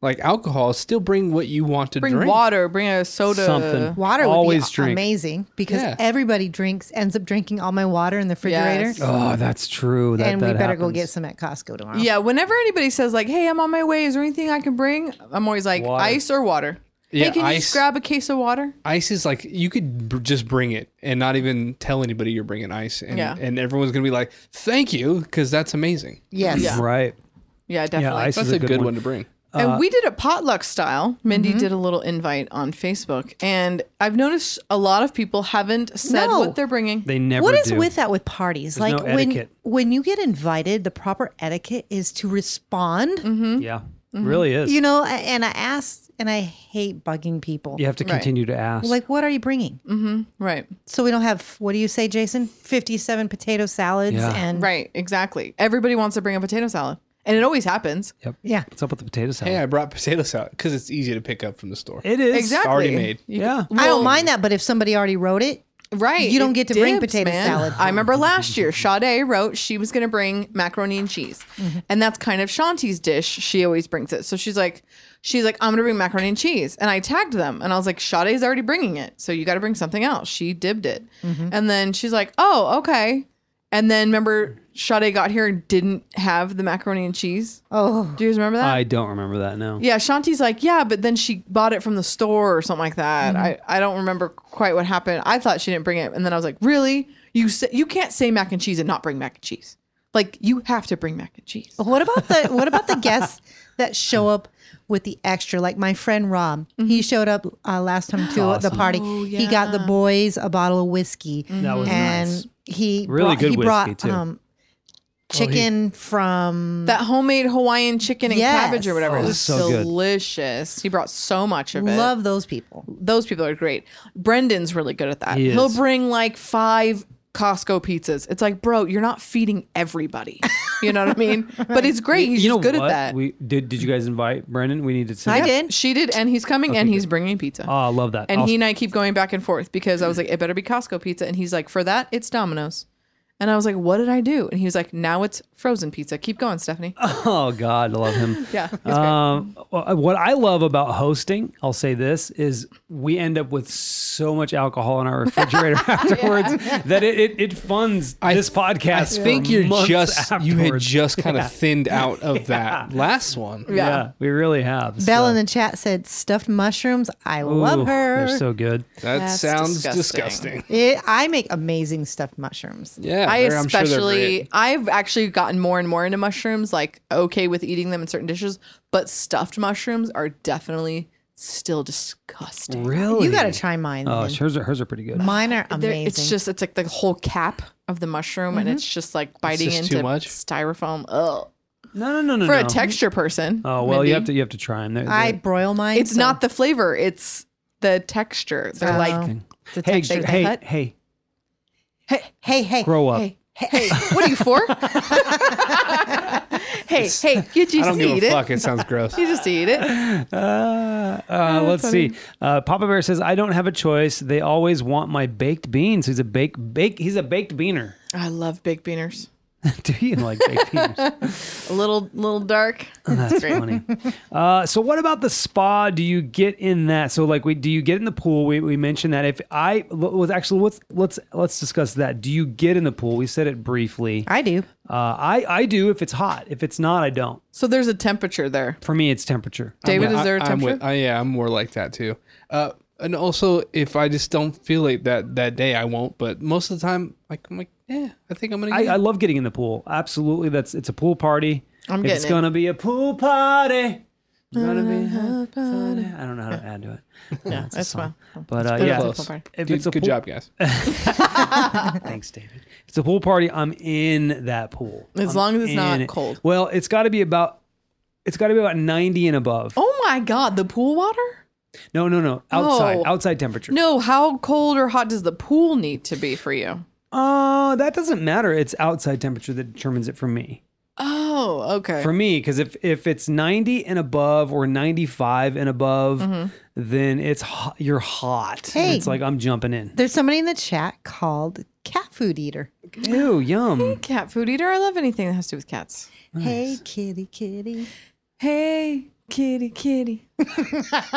Speaker 4: like alcohol, still bring what you want to
Speaker 3: bring
Speaker 4: drink.
Speaker 3: water. Bring a soda.
Speaker 2: Something.
Speaker 5: Water
Speaker 2: Always
Speaker 5: would be a-
Speaker 2: drink.
Speaker 5: amazing because
Speaker 4: Yeah.
Speaker 5: everybody drinks, ends up drinking all my water in the refrigerator.
Speaker 3: Yes.
Speaker 2: Oh, that's true. That,
Speaker 5: and
Speaker 2: that
Speaker 5: we better go
Speaker 2: happens.
Speaker 5: get some at Costco tomorrow.
Speaker 3: Yeah, whenever anybody says like, "Hey, I'm on my way. Is there anything I can bring?" I'm always like,
Speaker 2: Water.
Speaker 3: "Ice or water."
Speaker 4: Yeah,
Speaker 3: hey, can you
Speaker 4: ice.
Speaker 3: just grab a case of water?
Speaker 4: Ice is like you could br- just bring it and not even tell anybody you're bringing ice, and
Speaker 3: Yeah.
Speaker 4: and everyone's gonna be like, "Thank you," because that's amazing.
Speaker 5: Yes.
Speaker 3: Yeah.
Speaker 2: Right.
Speaker 3: Yeah, definitely.
Speaker 2: ice
Speaker 4: That's a good, one. to bring.
Speaker 3: and we did it potluck style. Mindy did a little invite on Facebook, and I've noticed a lot of people haven't said
Speaker 5: No.
Speaker 3: what they're bringing.
Speaker 2: They never
Speaker 5: What is
Speaker 2: do.
Speaker 5: with that with parties?
Speaker 2: There's
Speaker 5: like
Speaker 2: no
Speaker 5: when
Speaker 2: etiquette.
Speaker 5: when you get invited, the proper etiquette is to respond.
Speaker 2: Yeah. Really is.
Speaker 5: Mm-hmm. You know, a- and I asked, and I hate bugging people.
Speaker 2: You have to
Speaker 3: Right.
Speaker 2: continue to ask.
Speaker 5: Like, what are you bringing?
Speaker 3: right,
Speaker 5: So we don't have. What do you say, Jason? Fifty-seven potato salads
Speaker 2: Yeah.
Speaker 5: and
Speaker 3: right, exactly. Everybody wants to bring a potato salad, and it always happens.
Speaker 2: yep.
Speaker 5: Yeah.
Speaker 2: What's up with the potato salad?
Speaker 4: Hey, I brought potato salad because it's easy to pick up from the store.
Speaker 2: It is
Speaker 3: Exactly,
Speaker 4: already made.
Speaker 3: You-
Speaker 2: Yeah.
Speaker 5: I don't mind that, but if somebody already wrote it,
Speaker 3: Right,
Speaker 5: You don't
Speaker 3: it
Speaker 5: get to bring potato salad.
Speaker 3: I remember last year, Sade wrote she was going to bring macaroni and cheese,
Speaker 5: Mm-hmm.
Speaker 3: and that's kind of Shanti's dish. She always brings it, so she's like, she's like, I'm going to bring macaroni and cheese, and I tagged them, and I was like, Sade's already
Speaker 5: Mm-hmm.
Speaker 3: bringing it, so you got to bring something else. She dibbed it, and then she's like, oh okay, And then remember, Sade got here and didn't have the macaroni and cheese.
Speaker 5: Oh,
Speaker 3: Do you guys remember that?
Speaker 2: I don't remember that now.
Speaker 3: yeah, Shanti's like, yeah, but then she bought it from the store or something like that.
Speaker 2: Mm-hmm.
Speaker 3: I, I don't remember quite what happened. I thought she didn't bring it, and then I was like, really? You say, you can't say mac and cheese and not bring mac and cheese. Like you have to bring mac and cheese.
Speaker 2: Oh.
Speaker 5: what about the what about the guests that show up with the extra? Like my friend Rob, he showed up uh, last time to
Speaker 2: Awesome. Mm-hmm.
Speaker 5: the party.
Speaker 3: Mm-hmm. Oh,
Speaker 5: He got the
Speaker 3: yeah.
Speaker 5: boys a bottle of whiskey,
Speaker 2: That was
Speaker 5: and
Speaker 2: nice.
Speaker 5: he
Speaker 2: Really
Speaker 5: brought,
Speaker 2: good
Speaker 5: he
Speaker 2: whiskey,
Speaker 5: brought
Speaker 2: too.
Speaker 5: um, chicken from
Speaker 3: That homemade Hawaiian chicken and
Speaker 5: Yes.
Speaker 3: cabbage or whatever.
Speaker 2: Oh,
Speaker 3: it was
Speaker 2: that's so good.
Speaker 3: delicious. He brought so much of it.
Speaker 5: love those people.
Speaker 3: Those people are great. Brendan's really good at that.
Speaker 2: He
Speaker 3: will
Speaker 2: is.
Speaker 3: bring like five Costco pizzas. It's like, bro, you're not feeding everybody. You know what I mean? But it's great. He's
Speaker 2: you know
Speaker 3: just good
Speaker 2: what?
Speaker 3: at that.
Speaker 2: We did. Did you guys invite Brendan? We needed to.
Speaker 5: I did.
Speaker 3: she did, and he's coming, and he's bringing pizza.
Speaker 2: Oh, I love that.
Speaker 3: and
Speaker 2: I'll-
Speaker 3: he and I keep going back and forth because I was like, it better be Costco pizza, and he's like, for that, it's Domino's. And I was like, what did I do? And he was like, now it's frozen pizza. Keep going, Stephanie.
Speaker 2: oh God, I love him.
Speaker 3: yeah,
Speaker 4: Uh,
Speaker 3: he's great.
Speaker 2: Um, well, what I love about hosting, I'll say this, is we end up with so much alcohol in our refrigerator afterwards that it, it, it funds
Speaker 4: I-
Speaker 2: this podcast.
Speaker 4: I think
Speaker 2: for
Speaker 4: you're
Speaker 2: months
Speaker 4: just you had
Speaker 2: afterwards.
Speaker 4: just kind of thinned out of that last one.
Speaker 2: yeah.
Speaker 3: yeah.
Speaker 2: we really have.
Speaker 5: Belle
Speaker 2: so-
Speaker 5: in the chat said stuffed mushrooms. I
Speaker 2: Ooh,
Speaker 5: love her.
Speaker 2: They're so good.
Speaker 4: That
Speaker 3: That's
Speaker 4: sounds
Speaker 3: disgusting.
Speaker 4: disgusting.
Speaker 5: It- I make amazing stuffed mushrooms.
Speaker 4: Yeah,
Speaker 3: I
Speaker 4: they're- I'm sure they're
Speaker 3: especially,
Speaker 4: great.
Speaker 3: I've actually gotten more and more into mushrooms, like okay with eating them in certain dishes, but stuffed mushrooms are definitely still disgusting.
Speaker 2: Really?
Speaker 5: You got to try mine.
Speaker 2: Oh,
Speaker 5: then.
Speaker 2: hers are hers are pretty good.
Speaker 5: Mine are
Speaker 4: Mm.
Speaker 3: They're-
Speaker 5: amazing.
Speaker 3: It's just, it's like the whole cap of the mushroom and it's just like biting
Speaker 4: just too
Speaker 3: into
Speaker 4: much?
Speaker 3: styrofoam. Ugh.
Speaker 2: no, no, no, no.
Speaker 3: For a
Speaker 2: no.
Speaker 3: texture person.
Speaker 2: Oh well, you
Speaker 3: maybe.
Speaker 2: have to you have to try them. They're,
Speaker 5: I
Speaker 2: they're-
Speaker 5: broil mine.
Speaker 3: It's
Speaker 5: so-
Speaker 3: not the flavor, it's the texture. They're
Speaker 5: Oh.
Speaker 3: like,
Speaker 5: the
Speaker 2: hey,
Speaker 5: texture.
Speaker 2: hey,
Speaker 3: cut.
Speaker 2: hey,
Speaker 5: hey, hey, hey,
Speaker 2: grow up.
Speaker 5: Hey, hey,
Speaker 3: hey, what are you for? hey, hey, you
Speaker 4: I
Speaker 3: just
Speaker 4: don't give
Speaker 3: eat
Speaker 4: a
Speaker 3: it.
Speaker 4: fuck. It sounds gross.
Speaker 3: You just eat it.
Speaker 2: Uh,
Speaker 5: Oh,
Speaker 2: uh, let's see. Uh, Papa Bear says, "I don't have a choice. They always want my baked beans. He's a baked bake. He's a baked beaner.
Speaker 3: I love big beaners.
Speaker 2: Do you like baked beans?
Speaker 3: A little, little dark.
Speaker 2: That's funny. Uh, so, what about the spa? Do you get in that? So, like, we do you get in the pool? We, we mentioned that. If I was actually, let's let's let's discuss that. Do you get in the pool? We said it briefly.
Speaker 5: I do.
Speaker 2: Uh, I I do if it's hot. If it's not, I don't.
Speaker 3: So there's a temperature there.
Speaker 2: For me, it's temperature.
Speaker 3: David,
Speaker 4: I-
Speaker 3: is there a
Speaker 4: I'm
Speaker 3: temperature?
Speaker 4: with, I, yeah, I'm more like that too. Uh, and also, if I just don't feel like that that day, I won't. But most of the time, like I'm like, yeah, I think I'm gonna.
Speaker 2: I,
Speaker 4: Get
Speaker 2: I love getting in the pool. Absolutely, that's it's a pool party.
Speaker 3: I'm
Speaker 2: If
Speaker 3: getting
Speaker 2: it's
Speaker 3: it.
Speaker 2: gonna be a pool party. It's gonna be
Speaker 3: Uh-huh,
Speaker 2: a party. I don't know how to add to it. Yeah, it's a
Speaker 3: that's
Speaker 2: song. But uh,
Speaker 4: pretty
Speaker 2: yeah,
Speaker 4: close.
Speaker 2: if
Speaker 4: good,
Speaker 2: it's a
Speaker 4: good
Speaker 2: pool,
Speaker 4: job, guys.
Speaker 2: Thanks, David. If it's a pool party. I'm in that pool.
Speaker 3: As
Speaker 2: I'm
Speaker 3: long as it's not
Speaker 2: in it.
Speaker 3: cold.
Speaker 2: Well, it's got to be about. It's got to be about 90 and above.
Speaker 3: oh my god, the pool water?
Speaker 2: No, no, no. Outside,
Speaker 3: Oh.
Speaker 2: outside temperature.
Speaker 3: No, how cold or hot does the pool need to be for you?
Speaker 2: Uh, that doesn't matter. It's outside temperature that determines it for me.
Speaker 3: Oh, okay.
Speaker 2: for me because if if it's 90 and above or 95 and above
Speaker 3: Mm-hmm.
Speaker 2: then it's hot, you're hot
Speaker 5: Hey.
Speaker 2: it's like i'm jumping in
Speaker 5: There's somebody in the chat called cat food eater.
Speaker 2: ew yum
Speaker 3: cat food eater. I love anything that has to do with cats.
Speaker 5: Hey, kitty, kitty.
Speaker 3: Hey, kitty, kitty.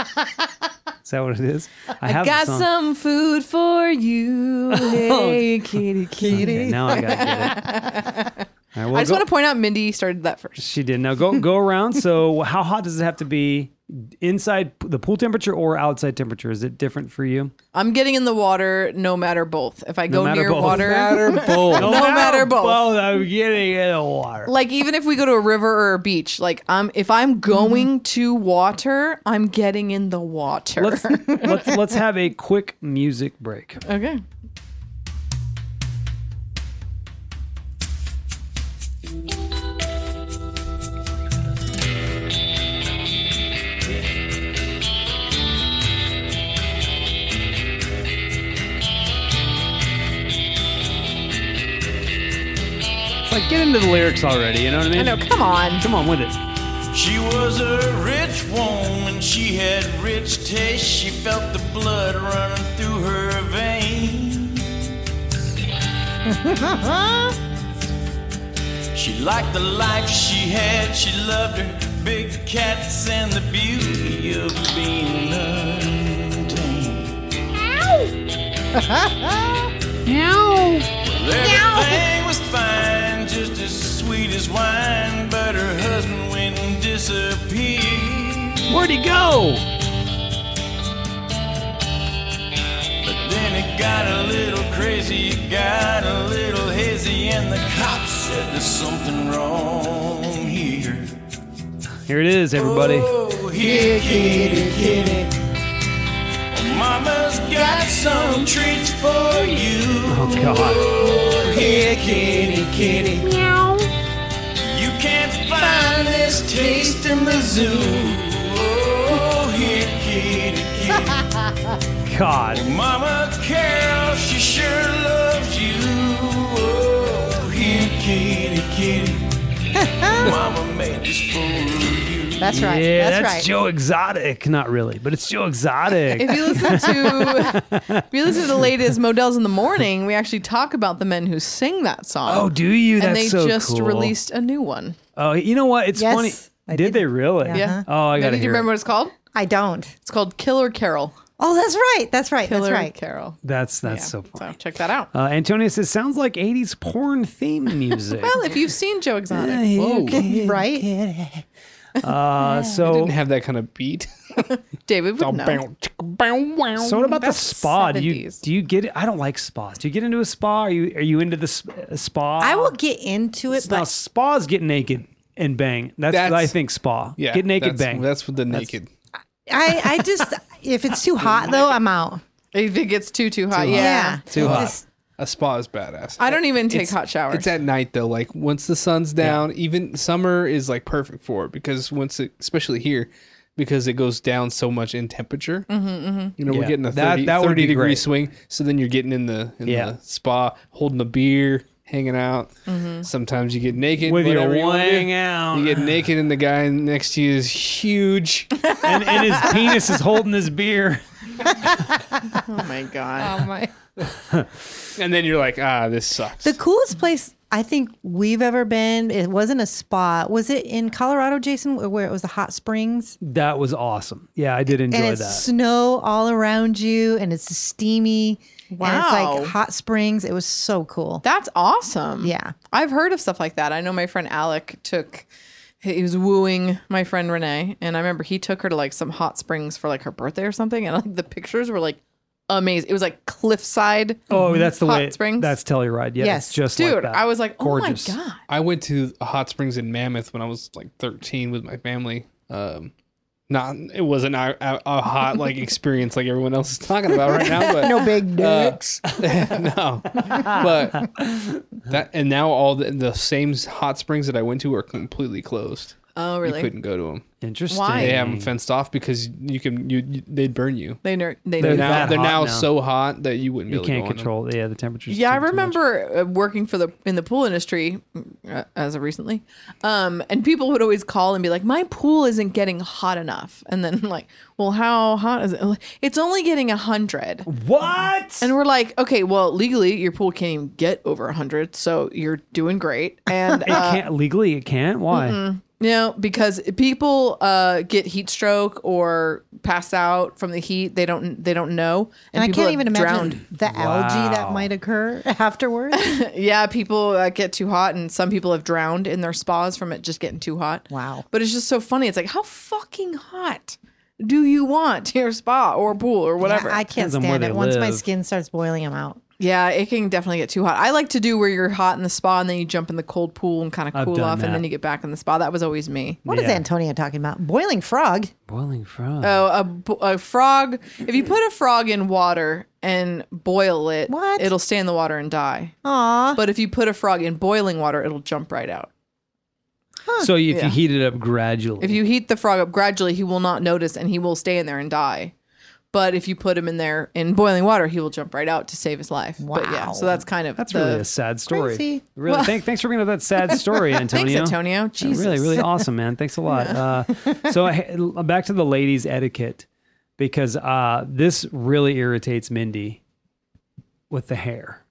Speaker 2: is that what it is i
Speaker 3: I
Speaker 2: have the
Speaker 3: got
Speaker 2: song.
Speaker 3: some food for you. Hey, kitty, kitty.
Speaker 2: Okay, now i gotta get it All right, well,
Speaker 3: I just
Speaker 2: go-
Speaker 3: want to point out Mindy started that first.
Speaker 2: she did now go go around so how hot does it have to be inside p- the pool temperature or outside temperature is it different for you
Speaker 3: I'm getting in the water no matter both. If I
Speaker 2: No
Speaker 3: go
Speaker 2: matter
Speaker 3: near
Speaker 2: both.
Speaker 3: water,
Speaker 4: bowl.
Speaker 3: No matter both.
Speaker 2: i'm getting in the water
Speaker 3: like even if we go to a river or a beach, like I'm if
Speaker 2: Mm-hmm.
Speaker 3: I'm going to water, I'm getting in the water.
Speaker 2: let's, let's let's have a quick music break
Speaker 3: okay.
Speaker 2: It's like get into the lyrics already you know what i mean
Speaker 3: I know. Come on.
Speaker 2: come on with it
Speaker 6: She was a rich woman, she had rich taste. She felt the blood running through her veins. she liked the life she had, she loved her big cats and the beauty of being untamed. Ow! Ow! Everything was fine his wine, but her husband went and disappeared.
Speaker 2: Where'd he go?
Speaker 6: But then it got a little crazy, it got a little hazy, and the cops said there's something wrong here.
Speaker 2: Here it is, everybody.
Speaker 6: Oh, here, kitty, kitty. Mama's got some treats for you.
Speaker 2: Oh God.
Speaker 6: Oh, here, kitty, kitty. You can't find this taste in the zoo. Oh, here, kitty, kitty.
Speaker 2: God.
Speaker 6: Mama Carol, she sure loves you. Oh, here, kitty, kitty. Mama made this for you.
Speaker 5: That's right.
Speaker 2: Yeah,
Speaker 5: that's,
Speaker 2: that's,
Speaker 5: right.
Speaker 2: Joe Exotic. Not really, but it's Joe Exotic.
Speaker 3: If you listen to if you listen to the latest Models in the Morning, we actually talk about the men who sing that song.
Speaker 2: oh, do you? That's
Speaker 3: and they
Speaker 2: so
Speaker 3: just
Speaker 2: cool.
Speaker 3: released a new one.
Speaker 2: Oh, you know what? It's
Speaker 5: Yes,
Speaker 2: funny.
Speaker 5: I
Speaker 2: did
Speaker 5: did.
Speaker 2: they really?
Speaker 5: Yeah.
Speaker 2: Oh, I gotta
Speaker 3: Maybe do you
Speaker 2: hear. it.
Speaker 3: remember what it's called?
Speaker 5: I don't.
Speaker 3: It's called Killer Carol.
Speaker 5: Oh, that's right. That's right.
Speaker 3: Killer
Speaker 5: that's right.
Speaker 3: Carol.
Speaker 2: That's that's
Speaker 3: Yeah.
Speaker 2: so funny.
Speaker 3: check that out.
Speaker 2: Uh, Antonio says sounds like '80s porn theme music.
Speaker 3: Well, if you've seen Joe Exotic,
Speaker 4: Whoa. They
Speaker 5: Right?
Speaker 2: uh, so
Speaker 4: didn't have that kind of beat.
Speaker 3: David would know.
Speaker 2: so what about the
Speaker 3: That's
Speaker 2: spa? Do you
Speaker 3: 70s.
Speaker 2: do you get? I don't like spas. Do you get into a spa? Are you are you into the sp- uh, spa?
Speaker 5: I will get into it,
Speaker 2: Now
Speaker 5: but
Speaker 2: spas get naked and bang. That's,
Speaker 4: That's-
Speaker 2: what I think spa.
Speaker 4: Yeah.
Speaker 2: get naked
Speaker 4: that's,
Speaker 2: bang.
Speaker 4: That's what the naked.
Speaker 5: I, I just if it's too hot though, I'm out.
Speaker 3: If it gets too too hot, yeah.
Speaker 5: Yeah.
Speaker 2: Too
Speaker 5: I
Speaker 2: hot.
Speaker 5: just-
Speaker 4: A spa is badass.
Speaker 3: I don't even take
Speaker 4: It's-
Speaker 3: hot showers.
Speaker 4: It's at night though. Like once the sun's down, even summer is like perfect for it because once it, especially here, because it goes down so much in temperature. Mm-hmm, You know,
Speaker 2: Yeah.
Speaker 4: we're getting a 30,
Speaker 2: That- that would
Speaker 4: 30
Speaker 2: be
Speaker 4: degree
Speaker 2: great.
Speaker 4: swing. So then you're getting in the in
Speaker 2: Yeah.
Speaker 4: the spa, holding a beer, hanging out.
Speaker 3: Mm-hmm.
Speaker 4: Sometimes you get naked
Speaker 2: With your
Speaker 4: whatever you wanna do.
Speaker 2: wang out.
Speaker 4: You get naked, and the guy next to you is huge.
Speaker 2: and, and his penis is holding his beer.
Speaker 3: oh my god.
Speaker 4: and then you're like, ah, this sucks.
Speaker 5: The coolest place I think we've ever been, it wasn't a spa. Was it in Colorado, Jason, where it was the hot springs?
Speaker 2: That was awesome. Yeah, I did
Speaker 5: and
Speaker 2: enjoy
Speaker 5: it's
Speaker 2: that.
Speaker 5: snow all around you and it's steamy. And it's
Speaker 3: Wow.
Speaker 5: like hot springs. It was so cool.
Speaker 3: That's awesome.
Speaker 5: Yeah.
Speaker 3: I've heard of stuff like that. I know my friend Alec took he was wooing my friend Renee and I remember he took her to like some hot springs for like her birthday or something and like the pictures were like amazing. It was like cliffside.
Speaker 2: Oh, that's the
Speaker 3: Mm-hmm. hot
Speaker 2: way.
Speaker 3: springs.
Speaker 2: That's Telluride. Yeah,
Speaker 5: Yes.
Speaker 2: it's just like
Speaker 3: Dude,
Speaker 2: that.
Speaker 3: I was like, "Oh
Speaker 2: Gorgeous.
Speaker 3: my god."
Speaker 4: I went to hot springs in Mammoth when I was like 13 with my family. Um, not it wasn't a, a, a hot like experience like everyone else is talking about right now, but no big dicks. no, but that and now all the, the same hot springs that I went to are completely closed.
Speaker 3: Oh,
Speaker 4: You
Speaker 3: really?
Speaker 4: couldn't go to them.
Speaker 2: Interesting.
Speaker 3: Why?
Speaker 4: They have them fenced off because you can you, you they'd burn you.
Speaker 3: They ner- they
Speaker 2: They're
Speaker 3: knew
Speaker 4: They're
Speaker 2: It's
Speaker 4: now
Speaker 2: that
Speaker 4: they're
Speaker 2: hot
Speaker 4: now,
Speaker 2: now.
Speaker 4: so hot that you wouldn't be
Speaker 2: You
Speaker 4: able
Speaker 2: can't
Speaker 4: to go in 'em.
Speaker 2: control. Yeah, the temperatures.
Speaker 3: Yeah, I
Speaker 2: too- too much.
Speaker 3: remember uh, working for the in the pool industry uh, as of recently, um, and people would always call and be like, "My pool isn't getting hot enough," and then like, "Well, how hot is it? It's only getting a hundred.
Speaker 2: What?
Speaker 3: And we're like, "Okay, well, legally, your pool can't even get over a hundred, so you're doing great." And uh,
Speaker 2: it can't legally. It can't. Why?
Speaker 3: You know, because people uh, get heat stroke or pass out from the heat. They don't. They don't know,
Speaker 5: And, I
Speaker 3: people
Speaker 5: can't
Speaker 3: have
Speaker 5: even imagine
Speaker 3: drowned.
Speaker 5: the algae
Speaker 2: Wow.
Speaker 5: that might occur afterwards.
Speaker 3: Yeah, people uh, get too hot, and some people have drowned in their spas from it just getting too hot.
Speaker 5: Wow.
Speaker 3: But it's just so funny. It's like, how fucking hot do you want your spa or pool or whatever?
Speaker 5: Yeah, I can't
Speaker 2: Depends on where
Speaker 5: stand
Speaker 2: they
Speaker 5: it. Once my
Speaker 2: live.
Speaker 5: skin starts boiling, I'm out.
Speaker 3: Yeah, it can definitely get too hot. I like to do where you're hot in the spa and then you jump in the cold pool and kind of
Speaker 2: I've
Speaker 3: cool
Speaker 2: done
Speaker 3: off,
Speaker 2: that.
Speaker 3: and then you get back in the spa. That was always me.
Speaker 5: What is
Speaker 2: Yeah.
Speaker 5: Antonia talking about? Boiling frog?
Speaker 2: Boiling frog.
Speaker 3: So a, b- a frog, if you put a frog in water and boil it,
Speaker 5: What?
Speaker 3: it'll stay in the water and die.
Speaker 5: Aw.
Speaker 3: But if you put a frog in boiling water, it'll jump right out.
Speaker 2: so if
Speaker 3: Yeah.
Speaker 2: you heat it up gradually,
Speaker 3: If you heat the frog up gradually, he will not notice and he will stay in there and die. But if you put him in there in boiling water, he will jump right out to save his life. But yeah,
Speaker 5: Wow.
Speaker 3: so that's kind of
Speaker 2: that's
Speaker 3: the,
Speaker 2: really a sad story.
Speaker 5: Crazy.
Speaker 2: Really. thank, thanks for bringing up that sad story,
Speaker 3: Thanks,
Speaker 2: Antonio.
Speaker 3: Antonio.
Speaker 2: Yeah,
Speaker 3: Jesus.
Speaker 2: Really, really awesome, man. Thanks a lot. Uh, so I, back to the ladies' etiquette because uh, this really irritates Mindy with the hair,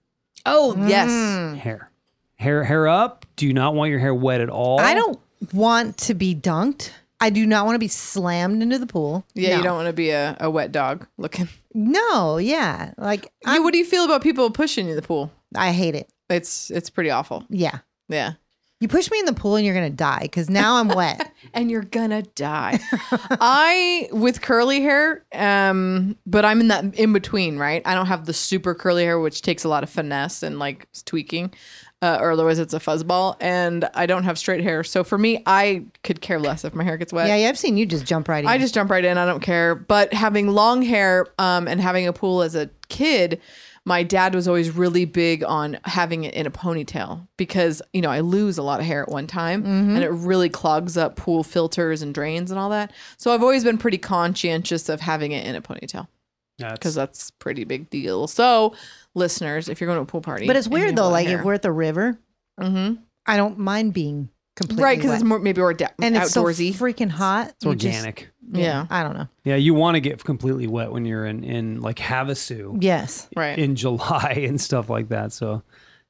Speaker 3: Oh,
Speaker 2: Mm.
Speaker 3: yes.
Speaker 2: Mm-hmm. hair, hair, hair up. Do you not want your hair wet at all?
Speaker 5: I don't want to be dunked. I do not want to be slammed into the pool.
Speaker 3: Yeah,
Speaker 5: no.
Speaker 3: you don't want to be a, a wet dog looking.
Speaker 5: No, yeah. Like
Speaker 3: You, what do you feel about people pushing you in the pool?
Speaker 5: I hate it.
Speaker 3: It's it's pretty awful.
Speaker 5: Yeah.
Speaker 3: Yeah.
Speaker 5: You push me in the pool and you're gonna die because now I'm wet.
Speaker 3: and you're gonna die. I with curly hair, um, but I'm in that in between, right? I don't have the super curly hair, which takes a lot of finesse and like tweaking, uh, or otherwise it's a fuzzball. And I don't have straight hair, so for me, I could care less if my hair gets wet.
Speaker 5: yeah, yeah, I've seen you just jump right in.
Speaker 3: I just jump right in. I don't care. But having long hair um, and having a pool as a kid, my dad was always really big on having it in a ponytail because you know I lose a lot of hair at one time,
Speaker 5: Mm-hmm.
Speaker 3: and it really clogs up pool filters and drains and all that. So I've always been pretty conscientious of having it in a ponytail
Speaker 2: That's,
Speaker 3: because that's pretty big deal. So listeners, if you're going to a pool party,
Speaker 5: but it's
Speaker 3: and you
Speaker 5: weird
Speaker 3: have
Speaker 5: though.
Speaker 3: long
Speaker 5: Like
Speaker 3: hair-
Speaker 5: if we're at the river,
Speaker 3: Mhm.
Speaker 5: I don't mind being completely
Speaker 3: right because it's
Speaker 5: wet.
Speaker 3: more maybe we're da-
Speaker 5: and it's so
Speaker 3: outdoorsy.
Speaker 5: freaking hot.
Speaker 2: it's
Speaker 5: you just-
Speaker 2: organic.
Speaker 3: yeah,
Speaker 5: I don't know.
Speaker 2: yeah, you want to get completely wet when you're in in like Havasu
Speaker 5: Yes.
Speaker 3: right.
Speaker 2: in July and stuff like that. So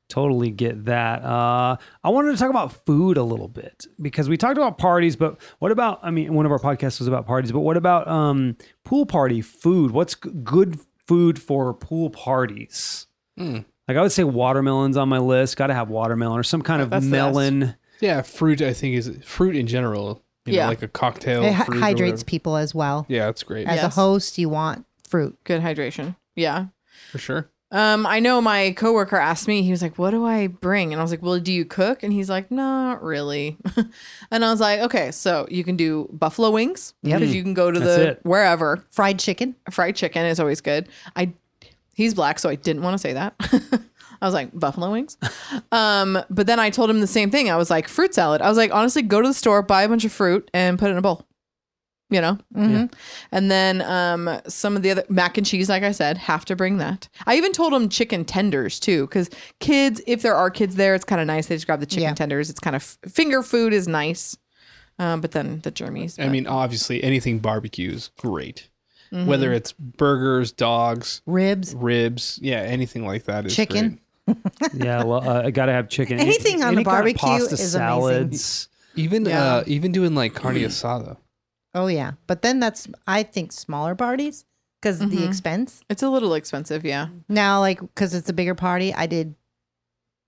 Speaker 2: totally get that. Uh, I wanted to talk about food a little bit because we talked about parties, but what about? I mean, one of our podcasts was about parties, but what about um, pool party food? What's g- good food for pool parties?
Speaker 3: Hmm.
Speaker 4: Mm.
Speaker 2: Like I would say, watermelons on my list. Got to have watermelon or some kind of
Speaker 3: That's the best.
Speaker 2: melon.
Speaker 4: Yeah, fruit. I think is fruit in general. You
Speaker 3: Yeah.
Speaker 4: know, like a cocktail.
Speaker 5: It hy-
Speaker 4: fruit or
Speaker 5: hydrates
Speaker 4: whatever.
Speaker 5: people as well.
Speaker 4: Yeah, it's great
Speaker 5: As a
Speaker 3: Yes.
Speaker 5: host, you want fruit.
Speaker 3: Good hydration. Yeah.
Speaker 4: for sure.
Speaker 3: Um, I know my coworker asked me, he was like, What do I bring? And I was like, Well, do you cook? And he's like, Not really. and I was like, Okay, so you can do buffalo wings.
Speaker 5: Yep.
Speaker 3: Because you can go to
Speaker 2: That's
Speaker 3: the
Speaker 2: it.
Speaker 3: wherever.
Speaker 5: Fried chicken.
Speaker 3: Fried chicken is always good. I he's black, so I didn't want to say that. I was like, buffalo wings. um, but then I told him the same thing. I was like, fruit salad. I was like, honestly, go to the store, buy a bunch of fruit and put it in a bowl. You know? Mm-hmm. And then um, some of the other mac and cheese, like I said, have to bring that. I even told them chicken tenders too, because kids, if there are kids there, it's kind of nice. They just grab the chicken
Speaker 5: Yeah.
Speaker 3: tenders. It's kind of finger food is nice, um, but then the germies.
Speaker 4: I mean, obviously, anything barbecue is great.
Speaker 3: Mm-hmm.
Speaker 4: Whether it's burgers, dogs,
Speaker 5: Ribs.
Speaker 4: ribs, yeah, anything like that is
Speaker 5: Chicken.
Speaker 4: great.
Speaker 2: Yeah, well, uh, I gotta have chicken.
Speaker 5: Anything on
Speaker 2: Any
Speaker 5: the
Speaker 2: kind of
Speaker 5: barbecue
Speaker 2: pasta
Speaker 5: is amazing.
Speaker 2: salads.
Speaker 4: Even
Speaker 3: Yeah.
Speaker 4: uh, even doing like carne
Speaker 5: Mm.
Speaker 4: asada.
Speaker 5: Oh yeah. But then that's I think smaller parties because
Speaker 3: Mm-hmm.
Speaker 5: the expense.
Speaker 3: it's a little expensive, yeah.
Speaker 5: Now like because it's a bigger party, I did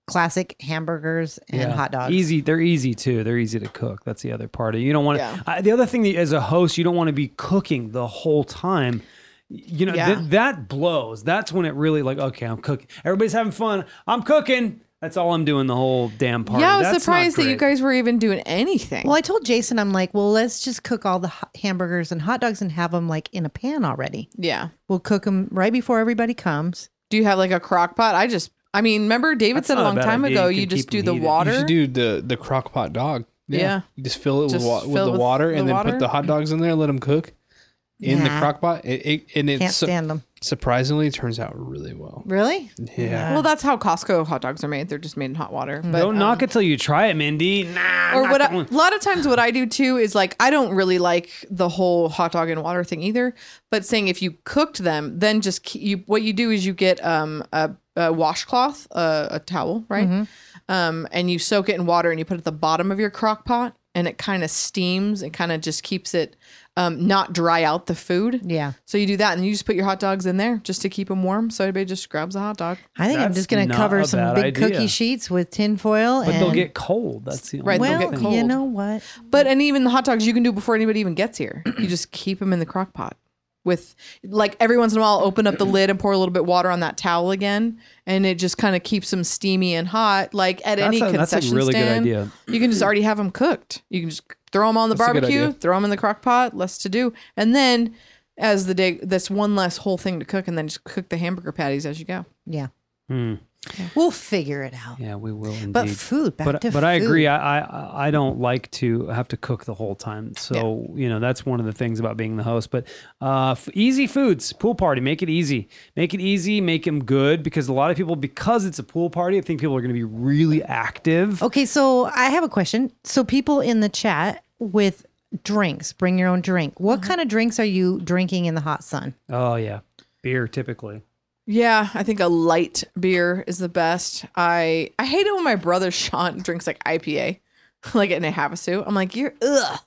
Speaker 5: classic hamburgers and
Speaker 2: Yeah.
Speaker 5: hot dogs.
Speaker 2: Easy. They're easy too. They're easy to cook. That's the other part. You don't want to.
Speaker 3: Yeah.
Speaker 2: the other thing that, as a host, you don't want to be cooking the whole time. You know
Speaker 3: Yeah.
Speaker 2: th- that blows. That's when it really like okay, I'm cooking. Everybody's having fun. I'm cooking. That's all I'm doing the whole damn party.
Speaker 3: Yeah, I was
Speaker 2: That's not
Speaker 3: surprised that you
Speaker 2: great.
Speaker 3: guys were even doing anything.
Speaker 5: Well, I told Jason, I'm like, well, let's just cook all the ho- hamburgers and hot dogs and have them like in a pan already.
Speaker 3: Yeah.
Speaker 5: We'll cook them right before everybody comes.
Speaker 3: Do you have like a crock pot? I just, I mean, remember David
Speaker 2: That's
Speaker 3: said a
Speaker 2: not a
Speaker 3: long
Speaker 2: bad
Speaker 3: time
Speaker 2: idea.
Speaker 3: ago,
Speaker 2: You
Speaker 3: you,
Speaker 2: can
Speaker 3: just
Speaker 2: keep
Speaker 3: do
Speaker 2: them
Speaker 3: the
Speaker 2: heated. You
Speaker 3: water.
Speaker 4: You should do the the crock pot dog.
Speaker 3: Yeah.
Speaker 4: You just fill it
Speaker 3: Just
Speaker 4: with, wa-
Speaker 3: fill
Speaker 4: with
Speaker 3: it
Speaker 4: the
Speaker 3: with
Speaker 4: water and
Speaker 3: the
Speaker 4: then
Speaker 3: water.
Speaker 4: put the hot dogs in there. Let them cook in the
Speaker 5: Nah.
Speaker 4: crock pot. It, it, and it
Speaker 5: Can't
Speaker 4: su-
Speaker 5: stand them.
Speaker 4: surprisingly it turns out really well.
Speaker 5: Really?
Speaker 4: Yeah.
Speaker 3: well, that's how Costco hot dogs are made. They're just made in hot water. But,
Speaker 2: Mm. Don't
Speaker 3: um,
Speaker 2: knock it till you try it, Mindy. Nah.
Speaker 3: or
Speaker 2: not
Speaker 3: what I,
Speaker 2: going-
Speaker 3: a lot of times what I do too is like I don't really like the whole hot dog and water thing either. But saying if you cooked them, then just keep, you what you do is you get um a, a washcloth, a, a towel, right, um, and you soak it in water and you put it at the bottom of your crock pot, and it kind of steams and kind of just keeps it um, not dry out the food.
Speaker 5: Yeah.
Speaker 3: So you do that, and you just put your hot dogs in there just to keep them warm. So everybody just grabs a hot dog.
Speaker 5: I think I'm
Speaker 2: That's
Speaker 5: just going to
Speaker 2: not
Speaker 5: cover
Speaker 2: a
Speaker 5: some
Speaker 2: bad
Speaker 5: big
Speaker 2: idea.
Speaker 5: cookie sheets with tin foil.
Speaker 2: but
Speaker 5: and,
Speaker 2: they'll get cold. That's the only
Speaker 3: Right, they'll
Speaker 5: well,
Speaker 3: get cold.
Speaker 5: you know what?
Speaker 3: But and even the hot dogs you can do before anybody even gets here. You just keep them in the crock pot with like every once in a while I'll open up the lid and pour a little bit water on that towel again and it just kind of keeps them steamy and hot like at any
Speaker 2: That's a-
Speaker 3: concession
Speaker 2: that's a really good
Speaker 3: stand.
Speaker 2: idea.
Speaker 3: You can just already have them cooked. You can just throw them on the
Speaker 4: That's a good
Speaker 3: barbecue,
Speaker 4: idea.
Speaker 3: throw them in the crock pot, less to do. And then as the day that's one less whole thing to cook and then just cook the hamburger patties as you go.
Speaker 5: Yeah.
Speaker 2: Hmm.
Speaker 5: We'll figure it out.
Speaker 2: Yeah, we will indeed.
Speaker 5: But food, back
Speaker 2: but
Speaker 5: to
Speaker 2: but I
Speaker 5: food.
Speaker 2: agree. I, I I don't like to have to cook the whole time. So you know that's one of the things about being the host. But uh, f- easy foods, pool party, make it easy, make it easy, make them good because a lot of people because it's a pool party, I think people are going to be really active.
Speaker 5: Okay, so I have a question. So people in the chat with drinks, bring your own drink. What kind of drinks are you drinking in the hot sun?
Speaker 2: Oh yeah, beer typically.
Speaker 3: Yeah, I think a light beer is the best. I I hate it when my brother Sean drinks like IPA, like in a Havasu. I'm like, you're ugh,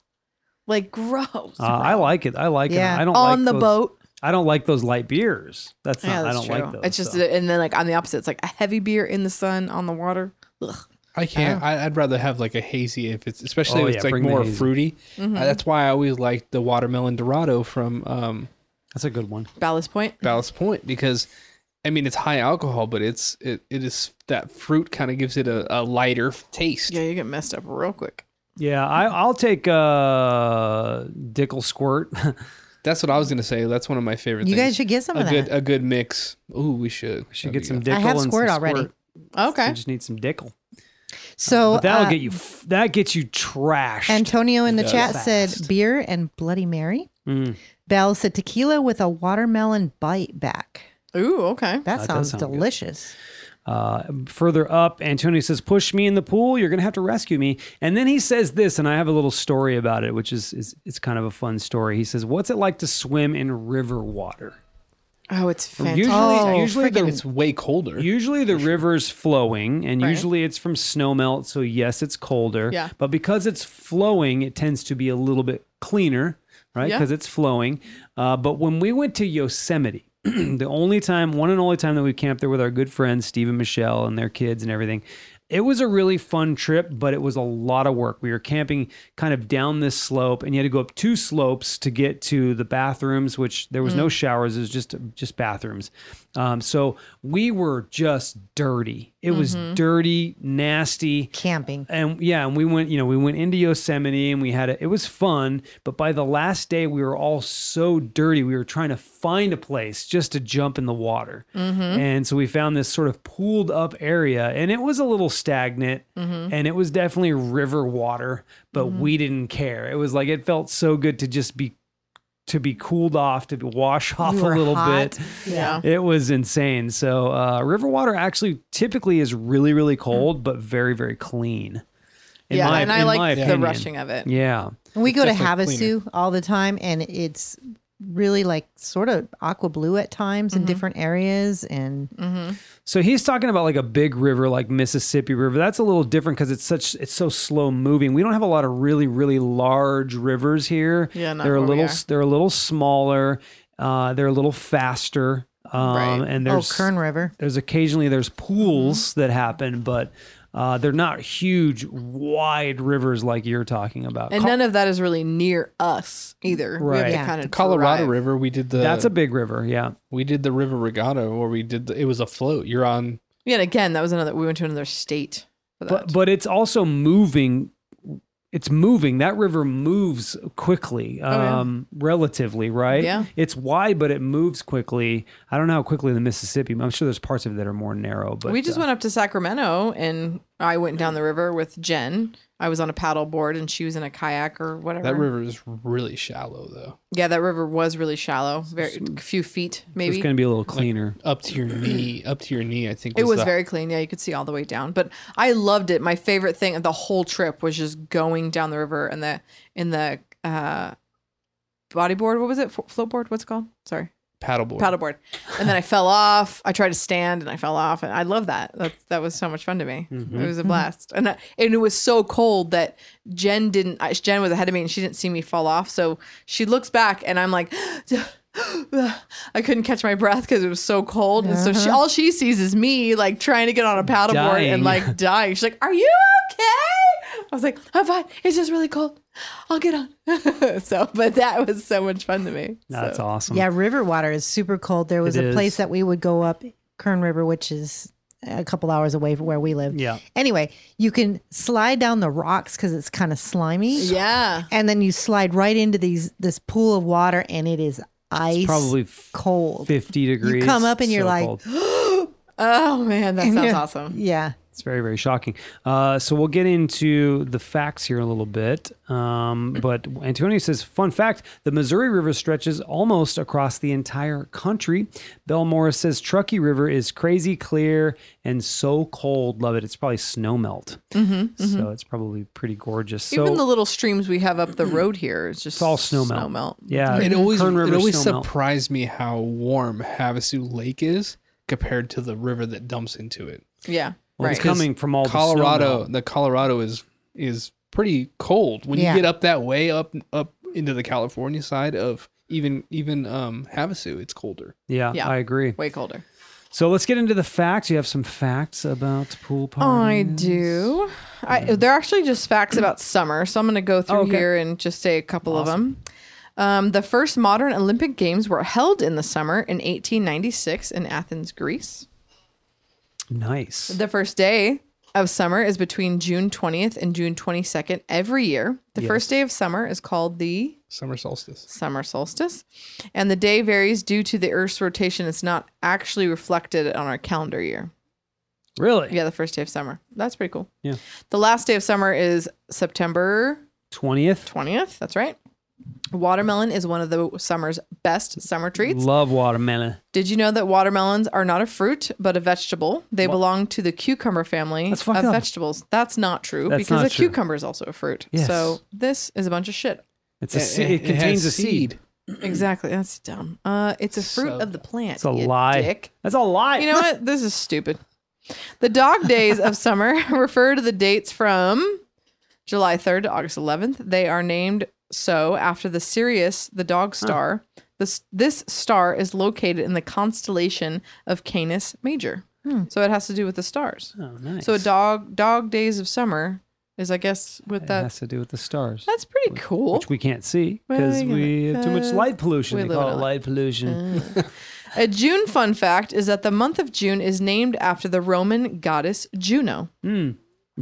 Speaker 3: like gross.
Speaker 2: Uh, I like it. I like
Speaker 5: Yeah.
Speaker 2: it. I don't
Speaker 3: On
Speaker 2: like
Speaker 3: the
Speaker 2: those-
Speaker 3: boat.
Speaker 2: I don't like those light beers. That's not.
Speaker 3: yeah, that's
Speaker 2: I don't
Speaker 3: true.
Speaker 2: like those.
Speaker 3: it's just
Speaker 2: so.
Speaker 3: and then like on the opposite, it's like a heavy beer in the sun on the water. Ugh.
Speaker 4: I can't. I, I'd rather have like a hazy if it's especially
Speaker 2: Oh,
Speaker 4: if
Speaker 2: yeah,
Speaker 4: it's like
Speaker 2: bring the
Speaker 4: more
Speaker 2: hazy.
Speaker 4: fruity.
Speaker 5: Mm-hmm.
Speaker 4: Uh, that's why I always liked the watermelon Dorado from um,
Speaker 2: That's a good one.
Speaker 3: Ballast Point.
Speaker 4: Ballast Point because I mean it's high alcohol, but it's it, it is that fruit kind of gives it a, a lighter f- taste.
Speaker 3: Yeah, you get messed up real quick.
Speaker 2: Yeah, I, I'll take uh, Dickle Squirt.
Speaker 4: That's what I was gonna say. That's one of my favorite.
Speaker 5: You
Speaker 4: things.
Speaker 5: guys should get some
Speaker 4: a
Speaker 5: of
Speaker 4: good
Speaker 5: that.
Speaker 4: a good mix. Ooh, we should we
Speaker 2: Should get some Dickle.
Speaker 5: have
Speaker 2: and some
Speaker 5: Squirt already.
Speaker 2: Squirt. You
Speaker 3: Okay.
Speaker 2: just need some Dickle.
Speaker 5: So
Speaker 2: But that'll
Speaker 5: uh,
Speaker 2: get you. f- That gets you trashed.
Speaker 5: Antonio in the
Speaker 4: It
Speaker 5: chat
Speaker 2: does. Fast.
Speaker 5: said beer and Bloody Mary.
Speaker 2: Mm.
Speaker 5: Belle said tequila with a watermelon bite back.
Speaker 3: Ooh, okay.
Speaker 5: That,
Speaker 2: That does
Speaker 5: sounds
Speaker 2: sound good.
Speaker 5: delicious.
Speaker 2: Uh, further up, Antonio says, "Push me in the pool. You're gonna have to rescue me." And then he says this, and I have a little story about it, which is is it's kind of a fun story. He says, "What's it like to swim in river water?"
Speaker 3: Oh, it's fantastic.
Speaker 2: Usually,
Speaker 5: Oh,
Speaker 2: usually the
Speaker 5: friggin'
Speaker 4: It's way colder.
Speaker 2: Usually the river's flowing, and
Speaker 3: Right.
Speaker 2: usually it's from snowmelt, so yes, it's colder.
Speaker 3: Yeah.
Speaker 2: But because it's flowing, it tends to be a little bit cleaner, right?
Speaker 3: Yeah.
Speaker 2: Because it's flowing. Uh, but when we went to Yosemite, the only time, one and only time that we camped there with our good friends Steve and Michelle and their kids and everything. It was a really fun trip, but it was a lot of work. We were camping kind of down this slope, and you had to go up two slopes to get to the bathrooms, which there
Speaker 3: Mm.
Speaker 2: was no showers. It was just just bathrooms. Um, so we were just dirty. It was
Speaker 3: Mm-hmm.
Speaker 2: dirty, nasty
Speaker 5: Camping.
Speaker 2: and yeah, and we went, you know, we went into Yosemite and we had a, it was fun, but by the last day we were all so dirty. We were trying to find a place just to jump in the water.
Speaker 5: Mm-hmm.
Speaker 2: And so we found this sort of pooled up area and it was a little stagnant
Speaker 5: Mm-hmm.
Speaker 2: and it was definitely river water, but we didn't care. It was like it felt so good to just be to be cooled off, to be wash off
Speaker 5: We
Speaker 2: a
Speaker 5: were
Speaker 2: little
Speaker 5: hot.
Speaker 2: bit.
Speaker 3: yeah.
Speaker 2: It was insane. So uh, river water actually typically is really, really cold, but very, very clean. In
Speaker 3: yeah,
Speaker 2: my-
Speaker 3: and I
Speaker 2: in my
Speaker 3: like the
Speaker 2: opinion.
Speaker 3: rushing of it.
Speaker 2: Yeah,
Speaker 5: we go to
Speaker 4: definitely
Speaker 5: Havasu
Speaker 4: cleaner.
Speaker 5: all the time, and it's really like sort of aqua blue at times
Speaker 3: Mm-hmm.
Speaker 5: in different areas. And oh,
Speaker 2: so he's talking about like a big river, like Mississippi River. That's a little different because it's such it's so slow moving. We don't have a lot of really, really large rivers here.
Speaker 3: Yeah, not
Speaker 2: they're a
Speaker 3: where we
Speaker 2: little
Speaker 3: are.
Speaker 2: they're a little smaller. Uh, they're a little faster. Um,
Speaker 3: Right. Mm-hmm.
Speaker 2: And
Speaker 5: oh,
Speaker 2: there's
Speaker 5: Kern River.
Speaker 2: there's occasionally there's pools that happen, but uh, they're not huge, wide rivers like you're talking about.
Speaker 3: And
Speaker 2: Col-
Speaker 3: none of that is really near us either. We have
Speaker 2: Right.
Speaker 3: to
Speaker 5: Yeah.
Speaker 3: kind of
Speaker 4: Colorado
Speaker 3: drive.
Speaker 4: River. We did the
Speaker 2: that's a big river, yeah.
Speaker 4: we did the River Regatta where we did the, it was a float. You're on
Speaker 3: Yeah, and again, that was another. We went to another state for that.
Speaker 2: But but it's also moving. It's moving. That river moves quickly,
Speaker 3: yeah.
Speaker 2: um, relatively, right?
Speaker 3: Yeah.
Speaker 2: It's wide, but it moves quickly. I don't know how quickly the Mississippi. I'm sure there's parts of it that are more narrow, but
Speaker 3: we just
Speaker 2: uh,
Speaker 3: went up to Sacramento, and I went down the river with Jen. I was on a paddle board, and she was in a kayak or whatever.
Speaker 4: that river is really shallow though,
Speaker 3: Yeah, that river was really shallow, very a few feet
Speaker 2: It's
Speaker 3: maybe.
Speaker 2: going to be a little cleaner.
Speaker 4: up to your knee, up to your knee. I think
Speaker 3: It was
Speaker 4: the-
Speaker 3: very clean. Yeah, you could see all the way down. But I loved it. My favorite thing of the whole trip was just going down the river and the in the uh bodyboard. What was it? F- float board? What's it called? Sorry,
Speaker 4: paddleboard.
Speaker 3: paddleboard. And then I fell off. I tried to stand and I fell off. And I love that. That that was so much fun to me. It was a blast. And I, and it was so cold that Jen didn't. I, Jen was ahead of me and she didn't see me fall off. So she looks back and I'm like. I couldn't catch my breath because it was so cold, and so she, all she sees is me like trying to get on a paddleboard
Speaker 2: Dying.
Speaker 3: and like dying. She's like, "Are you okay?" I was like, "I'm fine. It's just really cold. I'll get on." so, but that was so much fun to me.
Speaker 2: That's
Speaker 3: so.
Speaker 2: awesome.
Speaker 5: Yeah, river water is super cold. There was
Speaker 2: Hmm. It
Speaker 5: a
Speaker 2: is.
Speaker 5: place that we would go up Kern River, which is a couple hours away from where we live.
Speaker 2: Yeah.
Speaker 5: Anyway, you can slide down the rocks because it's kind of slimy.
Speaker 3: Yeah.
Speaker 5: And then you slide right into these this pool of water, and it is ice
Speaker 2: Probably f-
Speaker 5: cold.
Speaker 2: 50 degrees.
Speaker 5: come up and you're like,
Speaker 2: cold.
Speaker 3: Oh man, that sounds
Speaker 5: Yeah.
Speaker 3: awesome.
Speaker 5: Yeah.
Speaker 2: It's very, very shocking. Uh, so we'll get into the facts here in a little bit. Um, but Antonio says, fun fact the Missouri River stretches almost across the entire country. Bell Morris says, Truckee River is crazy clear and so cold. Love it. It's probably snow melt. So it's probably pretty gorgeous. so
Speaker 3: Mm-hmm, Even the little streams we have up the road here is just
Speaker 2: it's all snow melt. Yeah.
Speaker 3: Mm-hmm.
Speaker 4: It always
Speaker 2: Kern
Speaker 4: it
Speaker 2: River
Speaker 4: always
Speaker 2: snow melt.
Speaker 4: surprised me how warm Havasu Lake is compared to the river that dumps into it.
Speaker 3: Yeah.
Speaker 2: Well,
Speaker 3: right.
Speaker 2: It's coming from all
Speaker 4: Colorado,
Speaker 2: the snow melt.
Speaker 4: the Colorado is is pretty cold when
Speaker 5: Yeah.
Speaker 4: you get up that way up up into the California side of even even um Havasu, it's colder.
Speaker 2: Yeah,
Speaker 3: Yeah.
Speaker 2: I agree.
Speaker 3: Way colder.
Speaker 2: So let's get into the facts. You have some facts about pool
Speaker 3: I
Speaker 2: parties.
Speaker 3: do. I, they're actually just facts about summer, so I'm going to go through
Speaker 2: Oh, Okay.
Speaker 3: here and just say a couple of them. Um, the first modern Olympic Games were held in the summer in 1896 in Athens, Greece.
Speaker 2: Nice.
Speaker 3: The first day of summer is between June 20th and June 22nd every year. The first day of summer is called the
Speaker 4: Summer solstice.
Speaker 3: summer solstice, and the day varies due to the Earth's rotation. It's not actually reflected on our calendar year.
Speaker 2: really?
Speaker 3: Yeah, the first day of summer. That's pretty cool.
Speaker 2: Yeah.
Speaker 3: The last day of summer is September
Speaker 2: 20th.
Speaker 3: 20th. That's right. Watermelon is one of the summer's best summer treats.
Speaker 2: Love watermelon.
Speaker 3: Did you know that watermelons are not a fruit but a vegetable? They belong to the cucumber family
Speaker 2: That's
Speaker 3: of
Speaker 2: fucked up.
Speaker 3: vegetables. That's not true
Speaker 2: That's
Speaker 3: because
Speaker 2: not
Speaker 3: a
Speaker 2: true.
Speaker 3: cucumber is also a fruit.
Speaker 2: Yes.
Speaker 3: So this is a bunch of shit.
Speaker 2: It's a se- it, contains
Speaker 4: has
Speaker 2: a seed.
Speaker 3: Exactly. That's dumb. Uh, it's a fruit of the plant.
Speaker 2: It's a
Speaker 3: you
Speaker 2: lie.
Speaker 3: dick.
Speaker 2: That's a lie.
Speaker 3: You know what? This is stupid. The dog days of summer refer to the dates from July 3rd to August 11th. They are named so after the Sirius, the dog star. This this star is located in the constellation of Canis Major. So it has to do with the stars.
Speaker 2: Oh, Hmm. nice.
Speaker 3: So a dog dog days of summer is I guess with
Speaker 2: It
Speaker 3: that.
Speaker 2: has to do with the stars,
Speaker 3: That's pretty cool.
Speaker 2: which we can't see
Speaker 3: Well,
Speaker 2: because
Speaker 3: yeah,
Speaker 2: we have too much
Speaker 3: uh,
Speaker 2: light pollution.
Speaker 3: we
Speaker 2: They
Speaker 3: live
Speaker 2: call
Speaker 3: in
Speaker 2: it
Speaker 3: a- Uh.
Speaker 2: light pollution.
Speaker 3: A June fun fact is that the month of June is named after the Roman goddess Juno.
Speaker 2: Do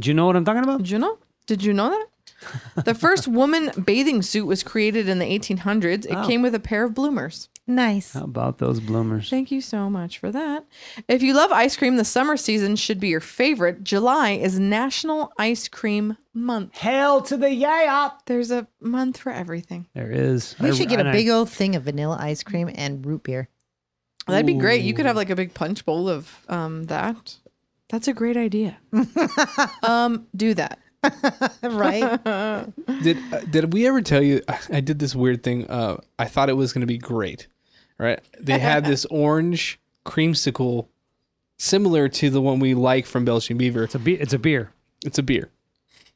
Speaker 2: you know what I'm talking about?
Speaker 3: Did you know? Did you know that? The first woman bathing suit was created in the 1800s. It
Speaker 2: Wow.
Speaker 3: came with a pair of bloomers.
Speaker 5: Nice.
Speaker 2: How about those bloomers?
Speaker 3: Thank you so much for that. If you love ice cream, the summer season should be your favorite. July is National Ice Cream Month.
Speaker 2: Hell to the yeah!
Speaker 3: There's a month for everything.
Speaker 2: There is.
Speaker 5: We
Speaker 2: I-
Speaker 5: should get
Speaker 2: and
Speaker 5: a
Speaker 2: I-
Speaker 5: big old thing of vanilla ice cream and root beer.
Speaker 3: That'd be great. You could have like a big punch bowl of um, that. That's a great idea. um, do that.
Speaker 5: Right?
Speaker 4: Did uh, did we ever tell you I, I did this weird thing? Uh, I thought it was going to be great, right? They had this orange creamsicle, similar to the one we like from Belching Beaver.
Speaker 2: It's a be- It's a beer.
Speaker 4: It's a beer,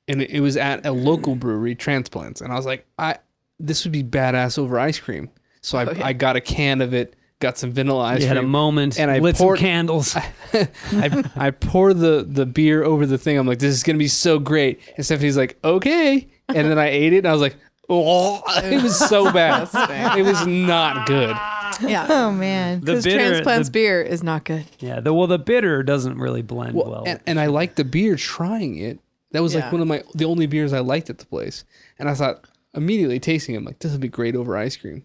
Speaker 4: and it, it was at a local brewery, Transplants, and I was like, I this would be badass over ice cream. So I I got a can of it, got some vanilla
Speaker 2: Oh,
Speaker 4: ice
Speaker 2: You
Speaker 4: cream,
Speaker 2: had a moment
Speaker 4: and I
Speaker 2: lit
Speaker 4: poured-
Speaker 2: some candles.
Speaker 4: I, I pour the, the beer over the thing. I'm like, this is gonna be so great. And Stephanie's like, okay. And then I ate it, and I was like, oh, it was so bad. it was not good.
Speaker 3: Yeah.
Speaker 5: oh man.
Speaker 2: the
Speaker 3: Because
Speaker 2: bitter.
Speaker 3: transplants
Speaker 2: the-
Speaker 3: beer is not good.
Speaker 2: yeah. The, well, the bitter doesn't really blend well.
Speaker 4: Well, and, and I liked the beer. Trying it, that was
Speaker 3: Yeah.
Speaker 4: like one of my the only beers I liked at the place. And I thought immediately tasting it, I'm like, this would be great over ice cream.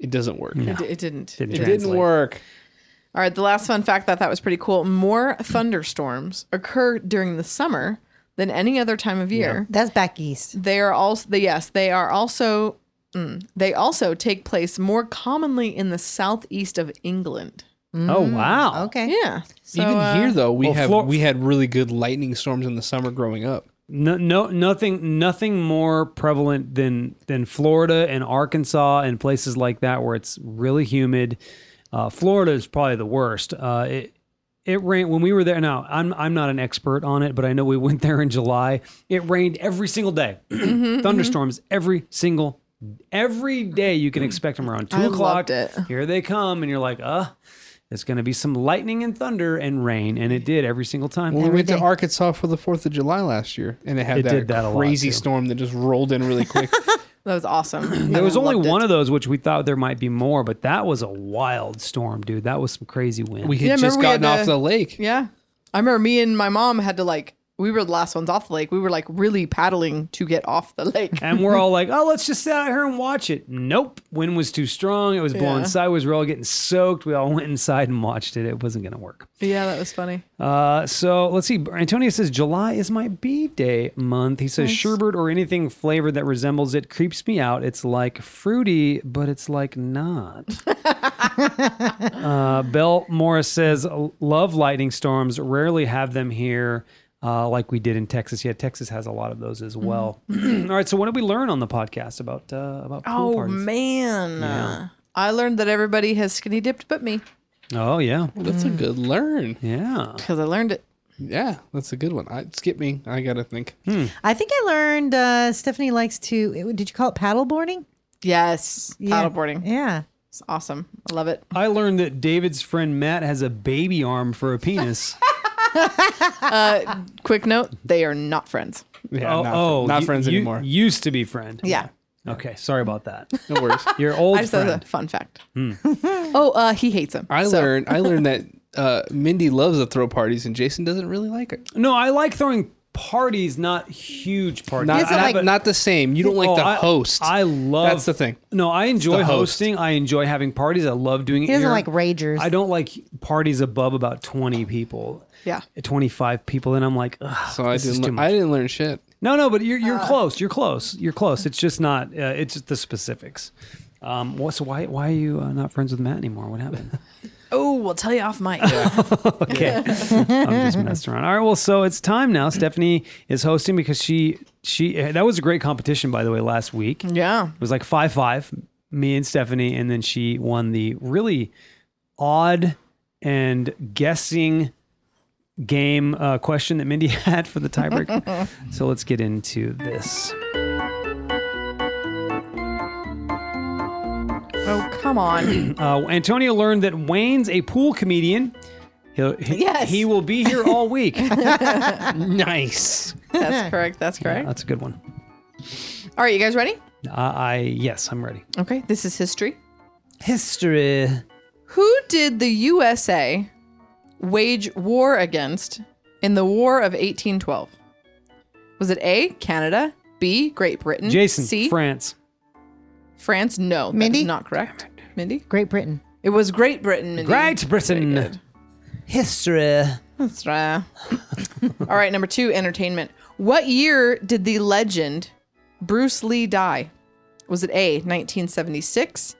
Speaker 4: It doesn't work.
Speaker 3: It, it didn't.
Speaker 2: Didn't
Speaker 4: It
Speaker 2: Translate.
Speaker 4: didn't work.
Speaker 3: All right, the last fun fact that that was pretty cool. More thunderstorms occur during the summer than any other time of year.
Speaker 5: That's back east.
Speaker 3: They are also the yes, they are also mm, they also take place more commonly in the southeast of England.
Speaker 2: oh
Speaker 3: Mm,
Speaker 2: wow.
Speaker 5: Okay.
Speaker 3: Yeah. So,
Speaker 4: Even
Speaker 3: uh,
Speaker 4: here though, we
Speaker 2: well,
Speaker 4: have
Speaker 2: Flor-
Speaker 4: we had really good lightning storms in the summer growing up.
Speaker 2: No, no, nothing, nothing more prevalent than than Florida and Arkansas and places like that where it's really humid. Uh, Florida is probably the worst. Uh, it it rained when we were there. Now I'm I'm not an expert on it, but I know we went there in July. It rained every single day.
Speaker 3: Mm-hmm,
Speaker 2: Thunderstorms every single every day. You can expect them around two
Speaker 3: I
Speaker 2: o'clock.
Speaker 3: loved it.
Speaker 2: Here they come, and you're like, uh, it's going to be some lightning and thunder and rain, and it did every single time.
Speaker 4: Well, we
Speaker 5: Every
Speaker 4: went
Speaker 5: day.
Speaker 4: to Arkansas for the Fourth of July last year, and they had
Speaker 2: It
Speaker 4: that,
Speaker 2: did that a lot,
Speaker 4: crazy
Speaker 2: too.
Speaker 4: storm that just rolled in really quick.
Speaker 3: that was awesome.
Speaker 2: There was only one of those, which we thought there might be more, but that was a wild storm, dude. That was some crazy wind.
Speaker 4: we had
Speaker 3: Yeah, remember
Speaker 4: just
Speaker 3: we had
Speaker 4: gotten off
Speaker 3: to-
Speaker 4: the lake.
Speaker 3: Yeah. I remember me and my mom had to like we were the last ones off the lake. We were like really paddling to get off the lake.
Speaker 2: and we're all like, oh, let's just sit out here and watch it. Nope. Wind was too strong. It was blowing
Speaker 3: Yeah.
Speaker 2: sideways. We are all getting soaked. We all went inside and watched it. It wasn't going to work.
Speaker 3: yeah, that was funny.
Speaker 2: Uh, so let's see. Antonio says July is my B day month. He says sherbet or anything flavored that resembles it creeps me out. It's like fruity, but it's like not. uh, Bell Morris says love lightning storms. Rarely have them here. Uh, like we did in Texas, yeah. Texas has a lot of those as well. All right, so what did we learn on the podcast about uh, about pool
Speaker 3: Oh
Speaker 2: parties?
Speaker 3: man. I learned that everybody has skinny dipped but me
Speaker 2: Oh yeah,
Speaker 4: That's a good learn.
Speaker 2: yeah.
Speaker 3: because I learned it.
Speaker 4: Yeah, that's a good one. I, skip me. I gotta think.
Speaker 5: I think I learned uh, Stephanie likes to. Did you call it paddle boarding?
Speaker 3: Yes,
Speaker 5: Yeah.
Speaker 3: paddleboarding.
Speaker 5: Yeah.
Speaker 3: It's awesome. I love it.
Speaker 2: I learned that David's friend Matt has a baby arm for a penis.
Speaker 3: Uh, quick note: they are not friends.
Speaker 4: Yeah,
Speaker 2: oh,
Speaker 4: not,
Speaker 2: oh,
Speaker 4: not
Speaker 2: you-
Speaker 4: friends
Speaker 2: you
Speaker 4: anymore.
Speaker 2: Used to be friend.
Speaker 3: Yeah,
Speaker 2: Okay, sorry about that.
Speaker 4: no worries.
Speaker 2: Your old
Speaker 3: I just thought
Speaker 2: friend. Hmm.
Speaker 3: that was a fun fact. oh, uh, he hates him.
Speaker 4: I
Speaker 3: so-
Speaker 4: learned I learned that uh, Mindy loves to throw parties and Jason doesn't really like it.
Speaker 2: No, I like throwing parties, not huge parties.
Speaker 4: Not,
Speaker 5: It's not
Speaker 4: not,
Speaker 5: like-
Speaker 4: not the same. You don't like
Speaker 2: Oh,
Speaker 4: the
Speaker 2: I-
Speaker 4: host.
Speaker 2: I love
Speaker 4: That's the thing.
Speaker 2: No, I enjoy
Speaker 4: the host.
Speaker 2: hosting. I enjoy having parties. I love doing it.
Speaker 5: He doesn't
Speaker 2: here.
Speaker 5: like ragers.
Speaker 2: I don't like parties above about twenty people.
Speaker 3: Yeah.
Speaker 2: twenty five people. Then I'm like, Ugh,
Speaker 4: So I
Speaker 2: this is
Speaker 4: didn't
Speaker 2: too
Speaker 4: learn,
Speaker 2: much.
Speaker 4: I didn't learn shit.
Speaker 2: No, no, but you're
Speaker 3: Uh.
Speaker 2: you're close. You're close. You're close. It's just not. Uh, it's just the specifics. Um, wha- so why why are you uh, not friends with Matt anymore? What happened?
Speaker 3: Oh, we'll tell you off mic.
Speaker 2: Okay, I'm just messing around. All right, well, so it's time now. Stephanie is hosting because she she that was a great competition by the way last week. It
Speaker 3: yeah.
Speaker 2: was like five five, me and Stephanie, and then she won the really odd and guessing game uh, question that Mindy had for the tiebreaker. so let's get into this.
Speaker 3: Oh, come on.
Speaker 2: Uh, Antonio learned that Wayne's a pool comedian. He'll, he,
Speaker 3: Yes.
Speaker 2: he will be here all week.
Speaker 4: Nice.
Speaker 3: That's correct. That's correct.
Speaker 2: That's a good one.
Speaker 3: All right, you guys ready?
Speaker 2: Uh, I yes, I'm ready.
Speaker 3: Okay. This is history.
Speaker 2: History.
Speaker 3: Hmm? Who did the USA wage war against in the War of 1812? Was it A, Canada, B, Great Britain,
Speaker 2: Jason,
Speaker 3: C,
Speaker 2: France.
Speaker 3: France? No, that's
Speaker 5: Mindy?
Speaker 3: not correct. Mindy,
Speaker 5: Great Britain.
Speaker 3: it was Great Britain. Mindy.
Speaker 2: Great
Speaker 3: Very
Speaker 2: Britain.
Speaker 3: good.
Speaker 2: History.
Speaker 3: That's right. All right, number two, entertainment. What year did the legend Bruce Lee die? Was it A, 1976,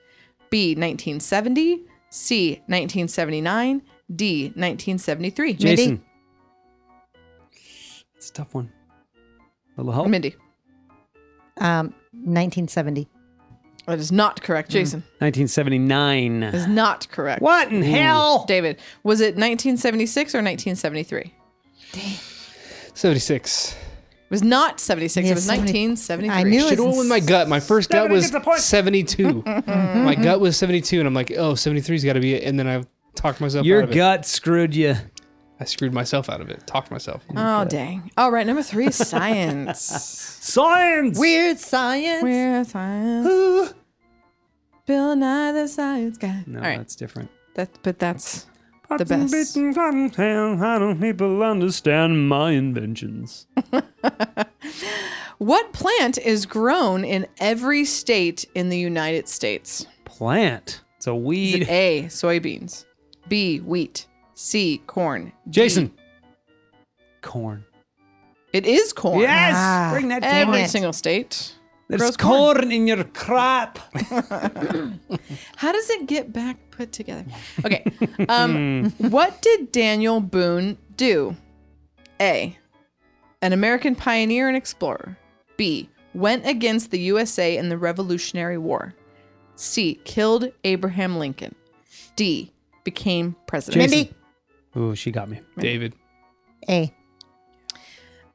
Speaker 3: B, 1970, C, 1979, D, 1973?
Speaker 2: Jason. It's a tough one. A little help.
Speaker 3: Mindy.
Speaker 5: Um, 1970.
Speaker 3: That is not
Speaker 2: Hmm.
Speaker 3: correct, Jason.
Speaker 2: 1979.
Speaker 3: Is not correct.
Speaker 2: What in hell?
Speaker 3: David, was it 1976 or 1973? It
Speaker 4: 76.
Speaker 3: was not 76.
Speaker 5: Yeah,
Speaker 3: it was
Speaker 5: 70
Speaker 3: 1973.
Speaker 5: I knew
Speaker 4: Should
Speaker 5: it.
Speaker 4: have went with my gut. My first gut
Speaker 2: Stephanie
Speaker 4: was
Speaker 2: gets a point.
Speaker 4: 72. my gut was 72, and I'm like, oh, 73's got to be it. And then I talked myself
Speaker 2: Your
Speaker 4: out of
Speaker 2: gut screwed you.
Speaker 4: it. I screwed myself out of it. Talked myself.
Speaker 3: Oh, dang. All right, number three, science.
Speaker 2: Science.
Speaker 5: Weird science.
Speaker 3: We're science. Bill Nye the Science Guy.
Speaker 2: no,
Speaker 3: All right,
Speaker 2: that's different.
Speaker 3: that, but that's the best.
Speaker 2: How do people understand my inventions?
Speaker 3: What plant is grown in every state in the United States?
Speaker 2: Plant. It's a
Speaker 3: Is
Speaker 2: weed.
Speaker 3: it A, soybeans, B, wheat, C, corn?
Speaker 2: Jason. Corn.
Speaker 3: It is corn.
Speaker 2: Yes.
Speaker 5: Ah,
Speaker 2: Bring that
Speaker 5: Dang
Speaker 3: Every
Speaker 5: it.
Speaker 3: single state.
Speaker 2: There's
Speaker 3: grows
Speaker 2: corn.
Speaker 3: corn.
Speaker 2: in your crap.
Speaker 3: How does it get back put together? Okay. Um,
Speaker 2: Hmm.
Speaker 3: what did Daniel Boone do? A. An American pioneer and explorer. B. Went against the USA in the Revolutionary War. C. Killed Abraham Lincoln. D. Became president.
Speaker 5: Mindy.
Speaker 2: Ooh, she got me.
Speaker 4: David.
Speaker 5: A.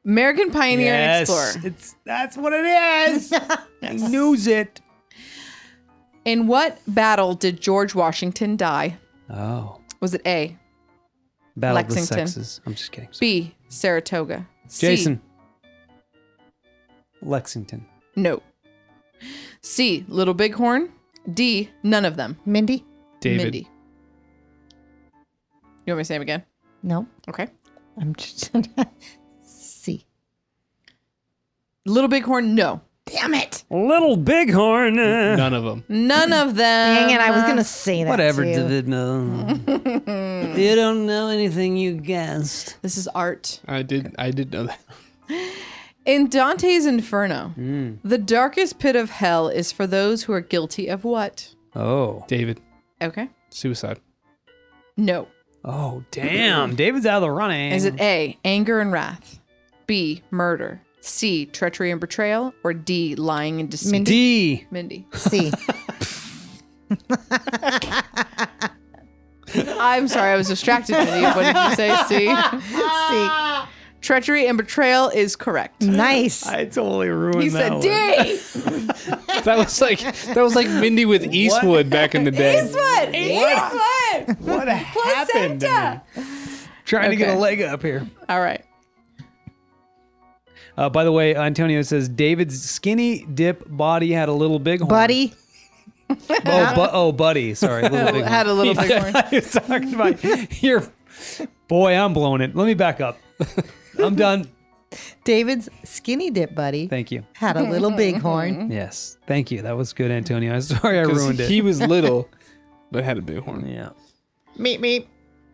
Speaker 3: American pioneer
Speaker 2: yes.
Speaker 3: and explorer.
Speaker 2: It's that's what it is. I Knows it.
Speaker 3: In what battle did George Washington die?
Speaker 2: Oh.
Speaker 3: Was it A.
Speaker 2: Battle of the
Speaker 3: Lexington.
Speaker 2: sexes. I'm just kidding.
Speaker 3: B. Saratoga. C,
Speaker 2: Jason. Lexington.
Speaker 3: No. C. Little Bighorn. D. None of them.
Speaker 5: Mindy.
Speaker 4: David.
Speaker 3: Mindy. You want me to say them again?
Speaker 5: No.
Speaker 3: Okay.
Speaker 5: I'm just C.
Speaker 3: Little Bighorn. No.
Speaker 5: Damn it.
Speaker 2: Little Bighorn. uh,
Speaker 4: None of them.
Speaker 3: None of them.
Speaker 5: Dang it. I was going to say
Speaker 2: Um,
Speaker 5: that.
Speaker 2: Whatever,
Speaker 5: too.
Speaker 2: David. No. you don't know anything you guessed.
Speaker 3: This is art.
Speaker 4: I did. I did know that.
Speaker 3: In Dante's Inferno,
Speaker 5: Hmm.
Speaker 3: the darkest pit of hell is for those who are guilty of what?
Speaker 2: Oh.
Speaker 4: David.
Speaker 3: Okay.
Speaker 4: Suicide.
Speaker 3: No.
Speaker 2: Oh, damn. David's out of the running.
Speaker 3: Is it A. Anger and wrath. B. Murder. C. Treachery and betrayal. Or D. Lying and deceit.
Speaker 5: Mindy.
Speaker 2: D?
Speaker 3: Mindy.
Speaker 5: C.
Speaker 3: I'm sorry, I was distracted. Mindy. What did you say? C.
Speaker 5: C.
Speaker 3: Treachery and betrayal is correct.
Speaker 5: Nice.
Speaker 2: I totally ruined
Speaker 3: He
Speaker 2: that
Speaker 3: said,
Speaker 2: one.
Speaker 3: "D."
Speaker 4: That was like that was like Mindy with Eastwood back in the day.
Speaker 3: Eastwood. Eastwood.
Speaker 2: What happened? to
Speaker 3: Placenta.
Speaker 2: me? Trying to get
Speaker 3: Okay.
Speaker 2: a leg up here.
Speaker 3: All right.
Speaker 2: Uh, by the way, Antonio says David's skinny dip body had a little big horn.
Speaker 5: Buddy.
Speaker 2: Oh, bu- oh buddy. Sorry, little big
Speaker 3: Had a little big horn.
Speaker 2: I was talking about your boy. I'm blowing it. Let me back up. I'm done.
Speaker 5: David's skinny dip buddy
Speaker 2: Thank you.
Speaker 5: had a little bighorn.
Speaker 2: Yes, thank you. That was good, Antonio. I'm sorry I
Speaker 4: 'Cause
Speaker 2: ruined it.
Speaker 4: He was little, but had a big horn.
Speaker 2: yeah.
Speaker 3: Meep meep.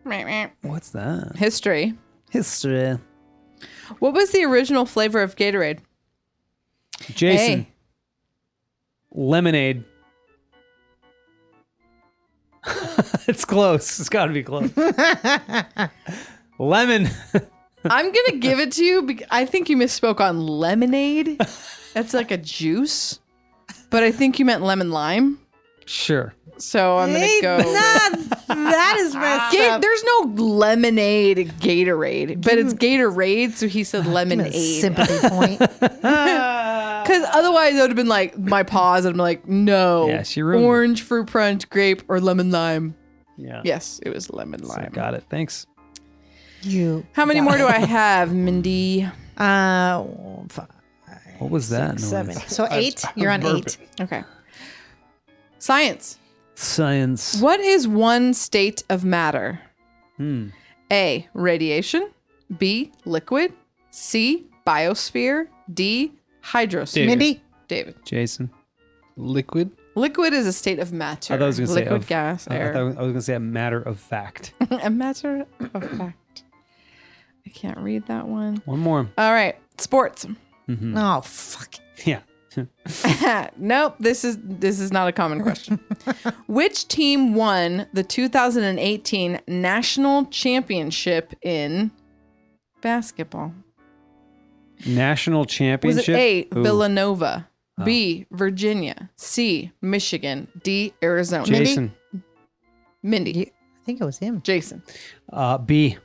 Speaker 3: Meep meep.
Speaker 2: What's that?
Speaker 3: History.
Speaker 2: History.
Speaker 3: What was the original flavor of Gatorade?
Speaker 2: Jason.
Speaker 3: Hey.
Speaker 2: Lemonade. it's close. It's got to be close. Lemon.
Speaker 3: I'm gonna give it to you. Because I think you misspoke on lemonade. That's like a juice, but I think you meant lemon lime.
Speaker 2: Sure.
Speaker 3: So I'm gonna
Speaker 5: Ain't
Speaker 3: go.
Speaker 5: that- that is messed
Speaker 3: Ga-
Speaker 5: up.
Speaker 3: there's no lemonade Gatorade, but it's Gatorade, so he said lemonade.
Speaker 5: Sympathy point.
Speaker 3: Because otherwise, I would have been like my pause. and I'm like, no,
Speaker 2: Yeah, she ruined it.
Speaker 3: orange fruit punch, grape, or lemon lime.
Speaker 2: Yeah.
Speaker 3: Yes, it was lemon
Speaker 2: So,
Speaker 3: lime.
Speaker 2: got it. Thanks.
Speaker 5: You.
Speaker 3: How many more do I have, Mindy?
Speaker 5: Uh, five,
Speaker 2: What was that noise?
Speaker 5: seven. So eight. You're on eight.
Speaker 3: Okay. Science.
Speaker 2: Science.
Speaker 3: What is one state of matter?
Speaker 2: Hmm.
Speaker 3: A. Radiation. B. Liquid. C. Biosphere. D. Hydrosphere.
Speaker 4: David.
Speaker 5: Mindy.
Speaker 3: David.
Speaker 2: Jason.
Speaker 4: Liquid.
Speaker 3: Liquid is a state of matter.
Speaker 2: I thought I was going to say
Speaker 3: liquid
Speaker 2: of-
Speaker 3: gas,
Speaker 2: I- I
Speaker 3: air.
Speaker 2: thought I was going to say a matter of fact.
Speaker 3: a matter of fact. I can't read that one.
Speaker 2: One more.
Speaker 3: All right, sports.
Speaker 2: Mm.
Speaker 5: Oh fuck.
Speaker 2: Yeah.
Speaker 3: nope, this is this is not a common question. Which team won the 2018 national championship in basketball?
Speaker 2: National
Speaker 3: Was
Speaker 2: championship.
Speaker 3: it A,
Speaker 2: Ooh.
Speaker 3: Villanova, B, Virginia, C, Michigan, D, Arizona?
Speaker 2: Jason.
Speaker 3: Mindy. Mindy.
Speaker 5: I think it was him.
Speaker 3: Jason.
Speaker 2: Uh, B.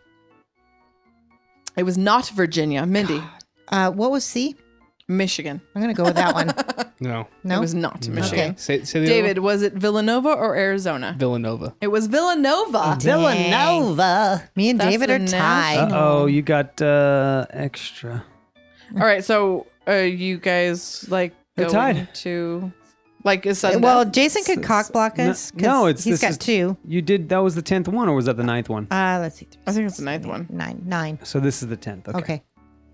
Speaker 3: It was not Virginia. Mindy.
Speaker 5: Uh, what was C?
Speaker 3: Michigan.
Speaker 5: I'm gonna go with that one.
Speaker 4: No.
Speaker 5: No.
Speaker 3: It was not Michigan.
Speaker 4: Say, say the other
Speaker 3: David, was it Villanova or Arizona?
Speaker 4: one. Villanova.
Speaker 3: It was Villanova.
Speaker 5: Villanova. Me and
Speaker 3: That's
Speaker 5: David
Speaker 3: the
Speaker 5: are tied.
Speaker 2: Uh oh, you got uh, extra.
Speaker 3: All right, so uh, you guys like
Speaker 2: They're
Speaker 3: going
Speaker 2: tied.
Speaker 3: to like is sudden
Speaker 5: well,
Speaker 3: death?
Speaker 5: Jason could cock block
Speaker 2: No-
Speaker 5: us. 'cause
Speaker 2: no, it's-
Speaker 5: he's
Speaker 2: this
Speaker 5: got
Speaker 2: is-
Speaker 5: two.
Speaker 2: You did. That was the tenth one, or was that the ninth one?
Speaker 5: Uh, let's see. Three,
Speaker 3: I think it's the ninth one.
Speaker 5: nine. Nine.
Speaker 2: So this is the tenth. Okay.
Speaker 5: Okay.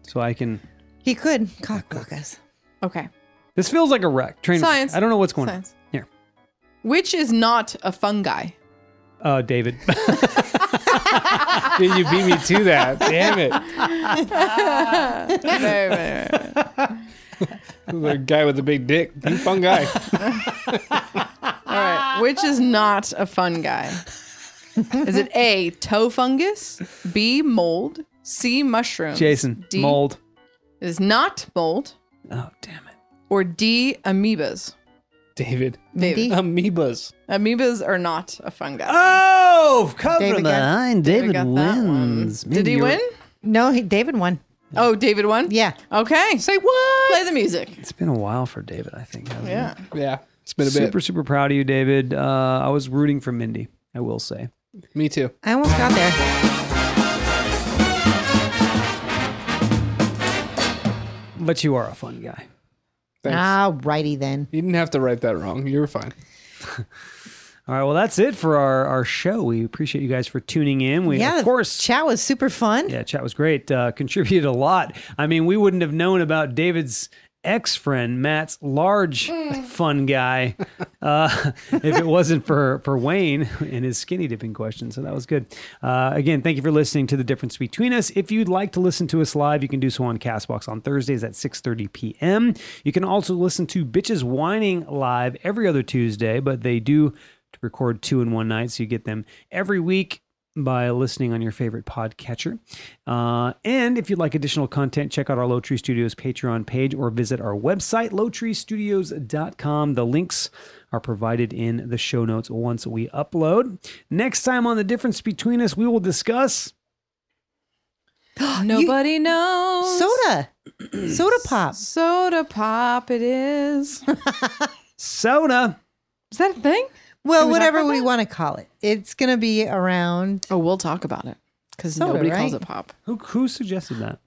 Speaker 2: So I can.
Speaker 5: He could cock block us.
Speaker 3: Okay,
Speaker 2: This feels like a wreck. Train wreck.
Speaker 3: Science.
Speaker 2: I don't know what's going
Speaker 3: Science.
Speaker 2: on here.
Speaker 3: which is not a fungi.
Speaker 2: Uh, David.
Speaker 4: Dude, you beat me to that. Damn it.
Speaker 3: Wait, wait, wait, wait.
Speaker 4: The guy with the big dick. You fun guy.
Speaker 3: All right, which is not a fungi? Is it A toe fungus, B mold, C mushroom,
Speaker 2: Jason.
Speaker 3: D
Speaker 2: Mold.
Speaker 3: is not mold,
Speaker 2: Oh damn it.
Speaker 3: or D amoebas?
Speaker 4: David.
Speaker 3: David.
Speaker 2: Uh,
Speaker 5: Mindy?
Speaker 4: Amoebas.
Speaker 3: Amoebas are not a fungi.
Speaker 2: Oh, come
Speaker 5: David
Speaker 2: from
Speaker 5: got-
Speaker 2: behind. David,
Speaker 3: got that one.
Speaker 2: wins. Man,
Speaker 3: Did he
Speaker 2: you're-
Speaker 3: win?
Speaker 5: No, he, David won.
Speaker 3: Oh, David won?
Speaker 5: Yeah.
Speaker 3: Okay. Say what? Play the music.
Speaker 2: It's been a while for David, I think. hasn't it?
Speaker 3: Yeah.
Speaker 4: Yeah. It's been a
Speaker 2: Super,
Speaker 4: bit.
Speaker 2: super proud of you, David. Uh, I was rooting for Mindy. I will say.
Speaker 4: Me too.
Speaker 5: I almost got there.
Speaker 2: But you are a fun guy.
Speaker 4: Thanks.
Speaker 5: All righty then.
Speaker 4: You didn't have to write that wrong. You were fine.
Speaker 2: All right. Well, that's it for our, our show. We appreciate you guys for tuning in. We,
Speaker 5: Yeah,
Speaker 2: of course,
Speaker 5: Chat was super fun.
Speaker 2: Yeah, chat was great. Uh, contributed a lot. I mean, we wouldn't have known about David's ex friend Matt's large fun guy uh, if it wasn't for for Wayne and his skinny dipping question. So that was good. Uh, again, thank you for listening to the difference between us. If you'd like to listen to us live, you can do so on Castbox on Thursdays at 6:30 p.m. You can also listen to Bitches Whining live every other Tuesday, but they do record two in one night, so you get them every week by listening on your favorite podcatcher. Uh, and if you'd like additional content, check out our Low Tree Studios Patreon page or visit our website, lowtreestudios.com. The links are provided in the show notes once we upload. Next time on The Difference Between Us, we will discuss
Speaker 3: Nobody knows.
Speaker 5: Soda. Soda pop.
Speaker 3: Soda pop it is.
Speaker 2: Soda.
Speaker 3: Is that a thing?
Speaker 5: Well,
Speaker 3: Can we talk
Speaker 5: whatever
Speaker 3: about
Speaker 5: we
Speaker 3: that?
Speaker 5: want to call it. It's going to be around.
Speaker 3: Oh, we'll talk about it because
Speaker 5: Soda,
Speaker 3: nobody calls
Speaker 5: right?
Speaker 3: it pop.
Speaker 2: Who who suggested that?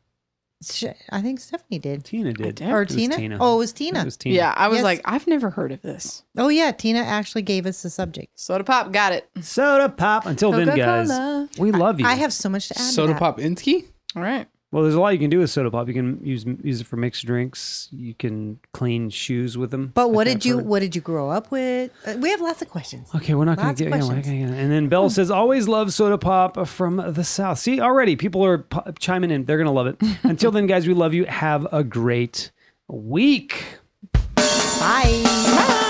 Speaker 5: sh- I think Stephanie did.
Speaker 2: Tina did.
Speaker 3: did?
Speaker 5: Or
Speaker 2: It was
Speaker 5: Tina? Oh, it was Tina.
Speaker 2: It was Tina.
Speaker 3: Yeah, I was
Speaker 5: Yes.
Speaker 3: like, I've never heard of this.
Speaker 5: oh, yeah. Tina actually gave us the subject.
Speaker 3: Soda pop, got it.
Speaker 2: Soda pop. Until then, guys,
Speaker 3: Coca-Cola.
Speaker 2: we love you.
Speaker 5: I have so much to add. to
Speaker 4: Soda
Speaker 5: that.
Speaker 4: Pop Insky?
Speaker 3: All right.
Speaker 2: Well, there's a lot you can do with soda pop. You can use use it for mixed drinks. You can clean shoes with them.
Speaker 5: But what
Speaker 2: Like I've
Speaker 5: did you
Speaker 2: heard.
Speaker 5: what did you grow up with? Uh, we have lots of questions.
Speaker 2: Okay, we're not going
Speaker 5: Lots
Speaker 2: to
Speaker 5: of
Speaker 2: get. Yeah, we're not
Speaker 5: questions. Hmm.
Speaker 2: gonna get- and then Bell says, "Always love soda pop from the South." See, already people are po- chiming in. They're going to love it. Until then, guys, we love you. Have a great week.
Speaker 5: Bye.